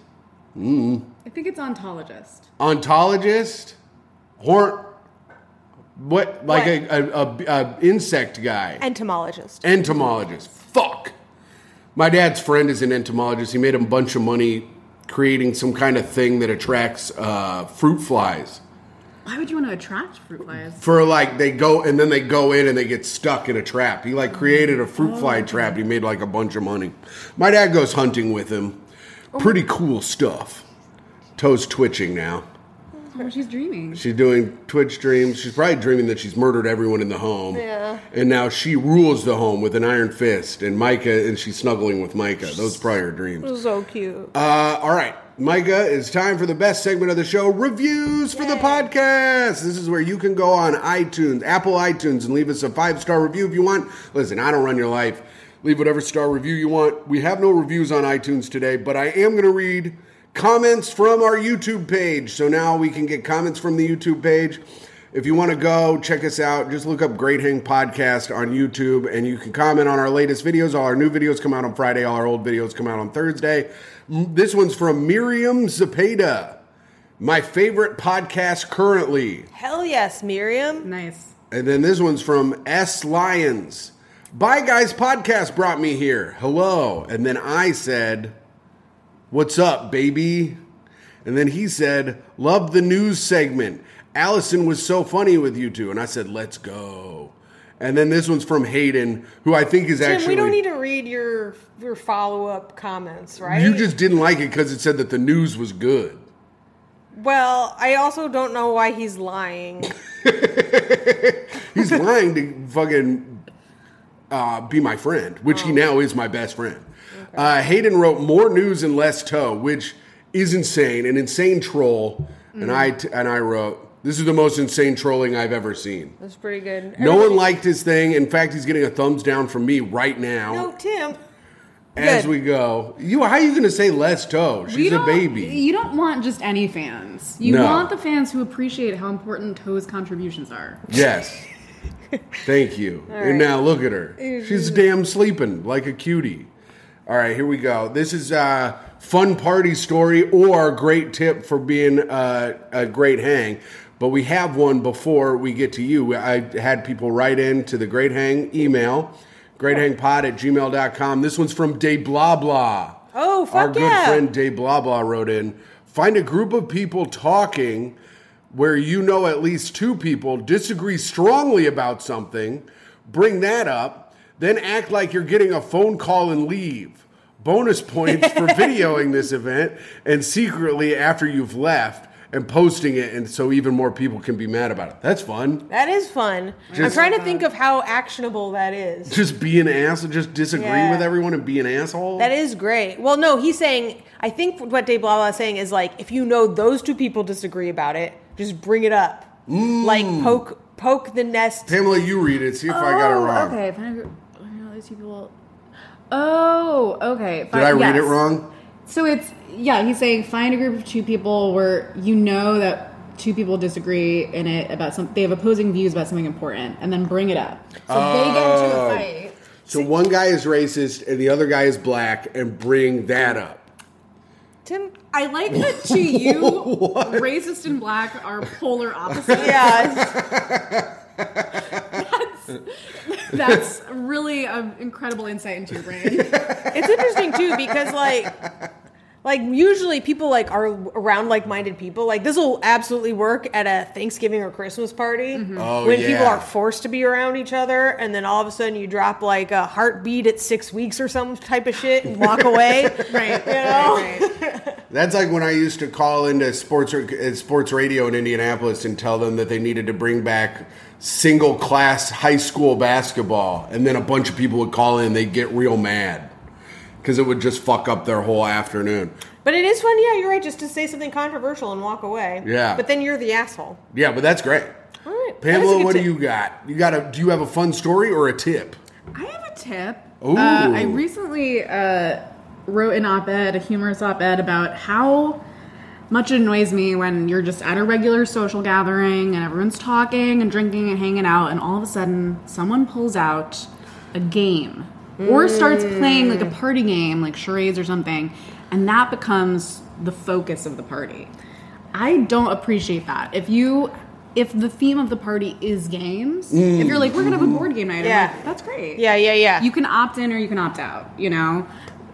I think it's ontologist. ontologist, horn, what like A, a, a, a insect guy? Entomologist. entomologist. Fuck. My dad's friend is an entomologist. He made a bunch of money creating some kind of thing that attracts uh, fruit flies. Why would you want to attract fruit flies? for like they go and then they go in and they get stuck in a trap. He like created a fruit fly trap. He made like a bunch of money. My dad goes hunting with him. Pretty cool stuff. Toes twitching now. Oh, she's dreaming. She's doing Twitch dreams. She's probably dreaming that she's murdered everyone in the home. Yeah. And now she rules the home with an iron fist and Micah, and she's snuggling with Micah. Those are probably her dreams. So cute. Uh, all right, Micah, it's time for the best segment of the show reviews for the Yay. podcast. This is where you can go on iTunes, Apple iTunes, and leave us a five star review if you want. Listen, I don't run your life. Leave whatever star review you want. We have no reviews on iTunes today, but I am going to read comments from our YouTube page. So now we can get comments from the YouTube page. If you want to go check us out, just look up Great Hang Podcast on YouTube and you can comment on our latest videos. All our new videos come out on Friday, all our old videos come out on Thursday. M- This one's from Miriam Zapeda. My favorite podcast currently. Hell yes, Miriam. Nice. And then this one's from S. Lyons. Bye Guys Podcast brought me here. Hello. And then I said, What's up, baby? And then he said, Love the news segment. Allison was so funny with you two. And I said, Let's go. And then this one's from Hayden, who I think is Tim, actually. we don't need to read your your follow up comments, right? you just didn't like it because it said that the news was good. well, I also don't know why he's lying. He's lying to fucking uh, be my friend, which he now is my best friend. Uh, Hayden wrote more news and less toe, which is insane, an insane troll. And I t- and I wrote, this is the most insane trolling I've ever seen. That's pretty good. No one Everybody- liked his thing. In fact, he's getting a thumbs down from me right now No, Tim. as good. we go. You, how are you going to say less toe? You She's a don't- baby. You don't want just any fans. You No. want the fans who appreciate how important Toe's contributions are. Yes. Thank you. right. And now look at her. She's damn sleeping like a cutie. All right, here we go. This is a fun party story or a great tip for being a, a great hang. But we have one before we get to you. I had people write in to the Great Hang email, greathangpod at gmail.com. This one's from Day Blah Blah. Oh, fuck Our good yeah. friend Day Blah Blah wrote in Find a group of people talking where you know at least two people disagree strongly about something, bring that up, then act like you're getting a phone call and leave. Bonus points for videoing this event and secretly after you've left and posting it, and so even more people can be mad about it. That's fun. That is fun. I'm Just- trying to think of how actionable that is. Just be an asshole, just disagree Yeah. with everyone and be an asshole. That is great. Well, no, he's saying, I think what Dave Blah Blah is saying is like, if you know those two people disagree about it, just bring it up. Mm. Like, poke poke the nest. Pamela, you read it, see if I Oh, got it wrong. Oh, Okay, find a group. I know these people. Oh, okay. Did I read it wrong? So it's yeah. He's saying find a group of two people where you know that two people disagree in it about some. They have opposing views about something important, and then bring it up. So they get into Oh. a fight. So one guy is racist and the other guy is black, and bring that up. Tim, I like that to you, racist and black are polar opposites. yeah, That's really an incredible insight into your brain. it's interesting too because like, like usually people like are around like-minded people. Like this will absolutely work at a Thanksgiving or Christmas party Mm-hmm. Oh, when yeah. people are forced to be around each other, and then all of a sudden you drop like a heartbeat at six weeks or some type of shit and walk away. Right. You know? That's like when I used to call into sports uh, sports radio in Indianapolis and tell them that they needed to bring back single class high school basketball, and then a bunch of people would call in. They'd get real mad because it would just fuck up their whole afternoon. But it is fun, yeah, you're right, just to say something controversial and walk away. Yeah. But then you're the asshole. Yeah, but that's great. All right. that is a Pamela, good what tip. do you got? You got a? Do you have a fun story or a tip? I have a tip. Ooh. Uh, I recently uh, wrote an op ed, a humorous op ed, about how much it annoys me when you're just at a regular social gathering and everyone's talking and drinking and hanging out, and all of a sudden someone pulls out a game or starts playing like a party game, like charades or something, and that becomes the focus of the party. I don't appreciate that. If you if the theme of the party is games, if you're like, we're gonna have a board game night, I'm Yeah. like, that's great Yeah, yeah, yeah. you can opt in or you can opt out, you know,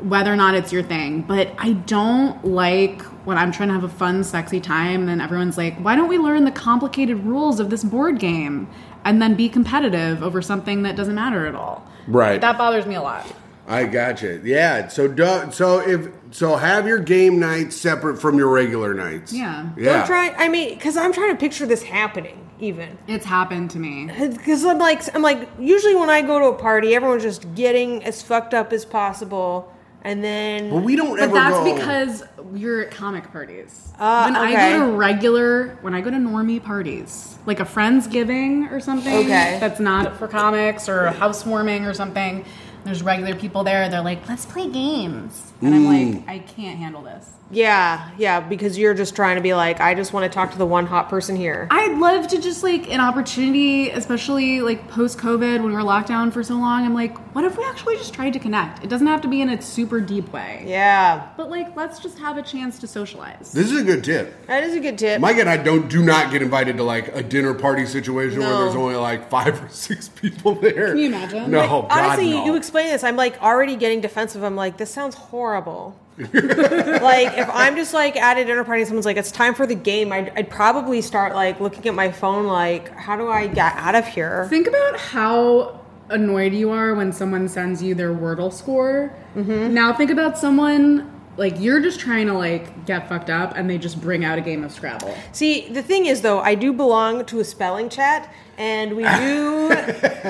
whether or not it's your thing. But I don't like when I'm trying to have a fun, sexy time and everyone's like, why don't we learn the complicated rules of this board game and then be competitive over something that doesn't matter at all? Right. That bothers me a lot. I gotcha. Yeah. So do, so if so, have your game nights separate from your regular nights. Yeah. Yeah. I'm trying. I mean, because I'm trying to picture this happening. Even It's happened to me. because I'm like, I'm like, usually when I go to a party, everyone's just getting as fucked up as possible, and then but we don't But ever. that's go- because you're at comic parties. Ah, when I okay. go to regular, when I go to normie parties, like a friendsgiving or something Okay. that's not for comics or a housewarming or something, there's regular people there. They're like, let's play games. And I'm Mm. like, I can't handle this. yeah, yeah, because you're just trying to be like, I just want to talk to the one hot person here. I'd love to just like an opportunity, especially like post COVID when we were locked down for so long. I'm like, what if we actually just tried to connect? It doesn't have to be in a super deep way. yeah, But like, let's just have a chance to socialize. this is a good tip. that is a good tip. Mike and I don't do not get invited to like a dinner party situation where No. there's only like five or six people there. Can you imagine? No, Like, Oh, God, Honestly, no. you explain this. I'm like already getting defensive. I'm like, this sounds horrible. like if I'm just like at a dinner party, and someone's like, it's time for the game. I'd, I'd probably start like looking at my phone, like, how do I get out of here? Think about how annoyed you are when someone sends you their Wordle score. Mm-hmm. Now think about someone like you're just trying to like get fucked up, and they just bring out a game of Scrabble. See, the thing is though, I do belong to a spelling chat, and we do,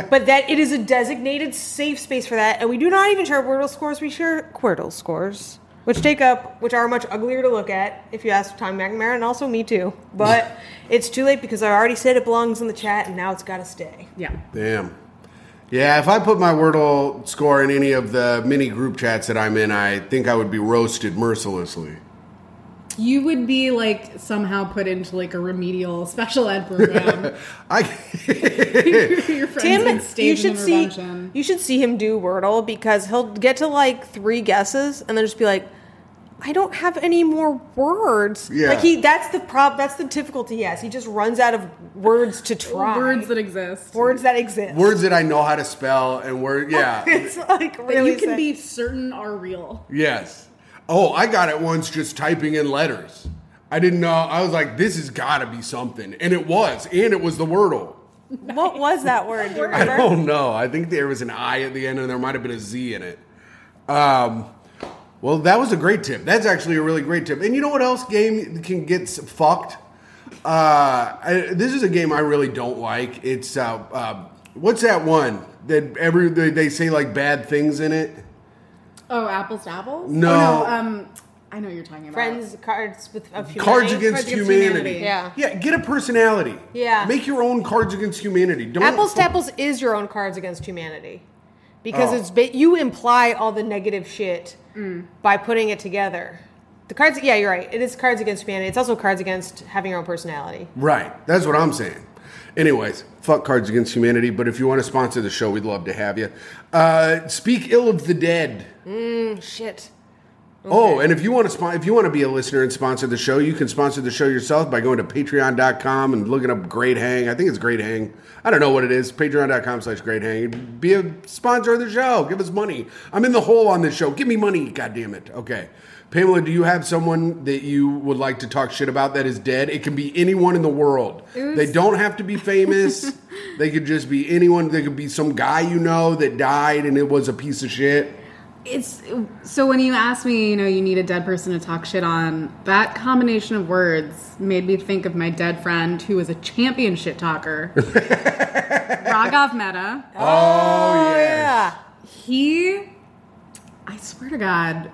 but that it is a designated safe space for that, and we do not even share Wordle scores. We share Quirtle scores. Which take up, which are much uglier to look at, if you ask Tom McNamara, and also me too. But it's too late because I already said it belongs in the chat, and now it's got to stay. Yeah, Damn. Yeah, if I put my Wordle score in any of the mini group chats that I'm in, I think I would be roasted mercilessly. you would be like somehow put into like a remedial special ed program. I Your friends Tim, in stage you should see intervention. you should see him do Wordle because he'll get to like three guesses and then just be like, "I don't have any more words." Yeah. Like he, that's the prob, that's the difficulty he has. He just runs out of words to try. words that exist. words that exist. words that I know how to spell and word. Yeah. It's like that really. you can sad. be certain are real. yes. Oh, I got it once just typing in letters. I didn't know. I was like, this has got to be something, and it was, and it was the Wordle. What was that word? Do you I remember? don't know. I think there was an I at the end, and there might have been a Z in it. Um, well, that was a great tip. That's actually a really great tip. And you know what else game can get s- fucked? Uh, I, this is a game I really don't like. It's uh, uh, what's that one that every they, they say like bad things in it? Oh, apples to apples. No. Oh, no um, I know what you're talking about Friends, cards with a few Cards names. Against Cards Against Humanity. Humanity. Yeah. yeah. Get a personality. Yeah. Make your own Cards Against Humanity. Don't Apples to apples is your own Cards Against Humanity, because Oh. it's ba- you imply all the negative shit Mm. by putting it together. The cards, yeah, you're right. It is Cards Against Humanity. It's also Cards Against having your own personality. Right. That's what I'm saying. Anyways, fuck Cards Against Humanity, but if you want to sponsor the show, we'd love to have you. Uh, speak ill of the dead. Shit. Oh, and if you want to spon- if you want to be a listener and sponsor the show, you can sponsor the show yourself by going to patreon.com and looking up Great Hang. I think it's Great Hang. I don't know what it is. Patreon.com slash Great Hang. Be a sponsor of the show. Give us money. I'm in the hole on this show. Give me money. God damn it. Okay. Pamela, do you have someone that you would like to talk shit about that is dead? It can be anyone in the world. They don't have to be famous. they could just be anyone. They could be some guy you know that died and it was a piece of shit. It's so when you asked me, you know, you need a dead person to talk shit on. That combination of words made me think of my dead friend who was a champion shit talker, Raghav Mehta. Oh, Yeah. He, I swear to God,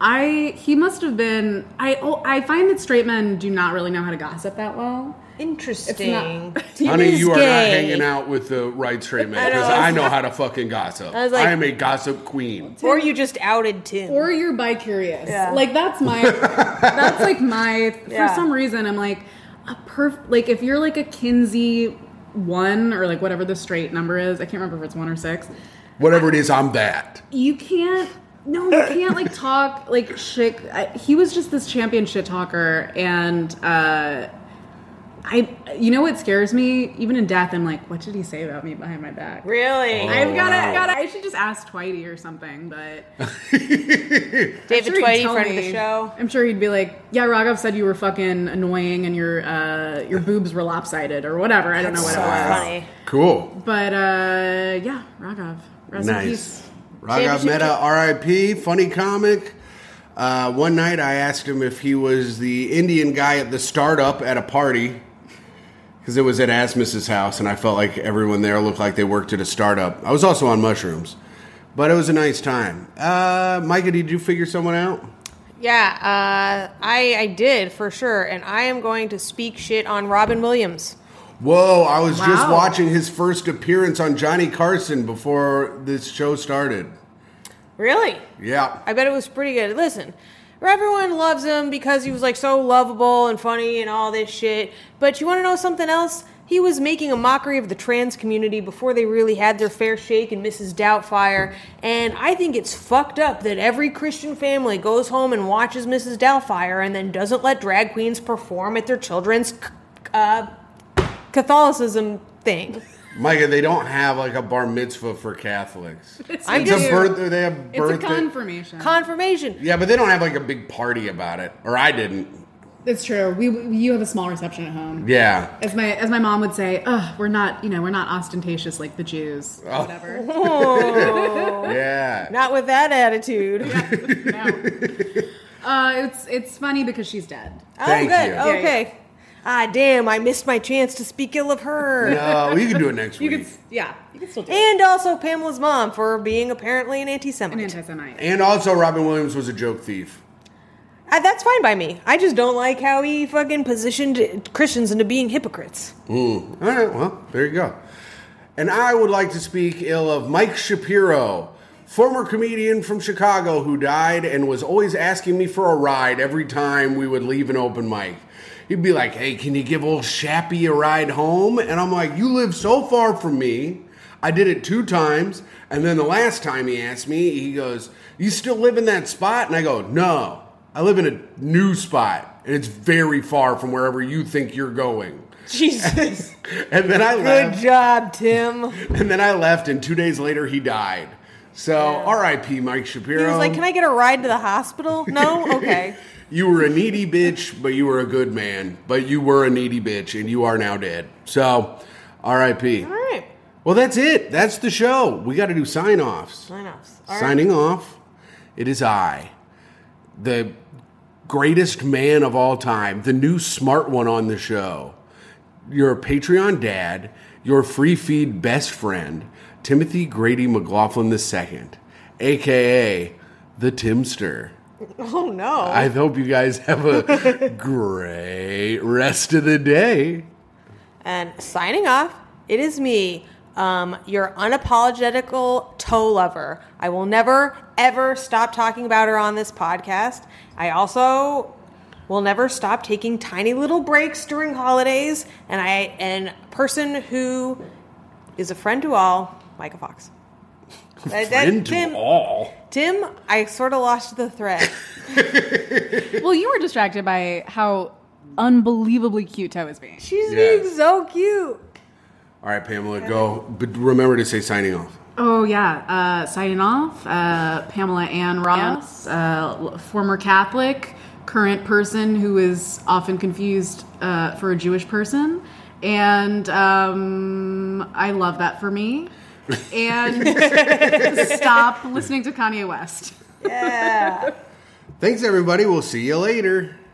I he must have been. I oh, I find that straight men do not really know how to gossip that well. Interesting. It Honey, is you are not gay. hanging out with the right straight man I know. because I know how to fucking gossip. I, was like- am a gossip queen. Or you just outed Tim. or you're bi curious. Yeah. Like that's my that's like my Yeah. for some reason I'm like a perf like if you're like a Kinsey one or like whatever the straight number is, I can't remember if it's one or six. Whatever it is, I'm that. You can't no, you can't like talk like shit. I, he was just this champion shit talker, and uh, I, you know what scares me? Even in death, I'm like, what did he say about me behind my back? really? Oh. I've got wow. to, got to. I should just ask Whitey or something, but David sure he'd Twitty, tell friend of the me. show. I'm sure he'd be like, "Yeah, Raghav said you were fucking annoying and your uh, your boobs were lopsided or whatever. I don't know what So it was." funny. Cool. But uh, yeah, Raghav, rest in Nice. peace. Raghav Championship Mehta, R.I.P. Funny comic. Uh, one night, I asked him if he was the Indian guy at the startup at a party because it was at Asmus's house, and I felt like everyone there looked like they worked at a startup. I was also on mushrooms, but it was a nice time. Uh, Micah, did you figure someone out? Yeah, uh, I I did for sure, and I am going to speak shit on Robin Williams. Whoa, I was just Wow. watching his first appearance on Johnny Carson before this show started. Really? Yeah. I bet it was pretty good. Listen, everyone loves him because he was like so lovable and funny and all this shit. But you want to know something else? He was making a mockery of the trans community before they really had their fair shake in Mrs. Doubtfire. And I think it's fucked up that every Christian family goes home and watches Mrs. Doubtfire and then doesn't let drag queens perform at their children's c- uh, Catholicism thing. Micah, they don't have like a bar mitzvah for Catholics. I'm It's a just- birth. They have It's a birthday. confirmation. Confirmation. yeah, but they don't have like a big party about it, or I didn't. it's true. We you have a small reception at home. Yeah. As my as my mom would say, Ugh, we're not you know we're not ostentatious like the Jews. Oh. Whatever. Oh, Yeah. not with that attitude. No. Uh, it's it's funny because she's dead. Oh, Thank good. you. Yeah, yeah. Okay. Ah, damn! I missed my chance to speak ill of her. No, Uh, you can do it next You week. could s- yeah you could still do it. And also Pamela's mom for being apparently an an anti-Semite. anti-Semite. and also, Robin Williams was a joke thief. Ah, that's fine by me. I just don't like how he fucking positioned Christians into being hypocrites. Mm. All right. Well, there you go. And I would like to speak ill of Mike Shapiro, former comedian from Chicago who died and was always asking me for a ride every time we would leave an open mic. He'd be like, "Hey, can you give old Shappy a ride home?" And I'm like, "You live so far from me." I did it two times, and then the last time he asked me, he goes, "You still live in that spot?" And I go, "No, I live in a new spot, and it's very far from wherever you think you're going." Jesus. And then I Good left. job, Tim. He And then I left, and two days later he died. So R.I.P. Mike Shapiro. was like, "Can I get a ride to the hospital?" No. Okay. You were a needy bitch, but you were a good man. But you were a needy bitch, and you are now dead. So R.I.P. All right. Well, that's it. That's the show. We got to do sign offs. Sign offs. All right. Signing off. It is I, the greatest man of all time, the new smart one on the show. Your Patreon dad, your free feed best friend, Timothy Grady McLaughlin II, aka the Timster. Oh no. I hope you guys have a great rest of the day. And signing off, it is me, um, your unapologetical toe lover. I will never, ever stop talking about her on this podcast. I also will never stop taking tiny little breaks during holidays. And I and person who is a friend to all, Micah Fox. That- that- Friend Tim, to all. Tim, I sort of lost the thread. Well, you were distracted by how unbelievably cute Toe is being. She's Yes. being so cute. All right, Pamela, go. But remember to say signing off. Oh yeah, uh, signing off. Uh, Pamela Ann Ross, uh, l- former Catholic, current person who is often confused uh, for a Jewish person, and um, I love that for me. And stop listening to Kanye West. Yeah. Thanks, everybody. We'll see you later.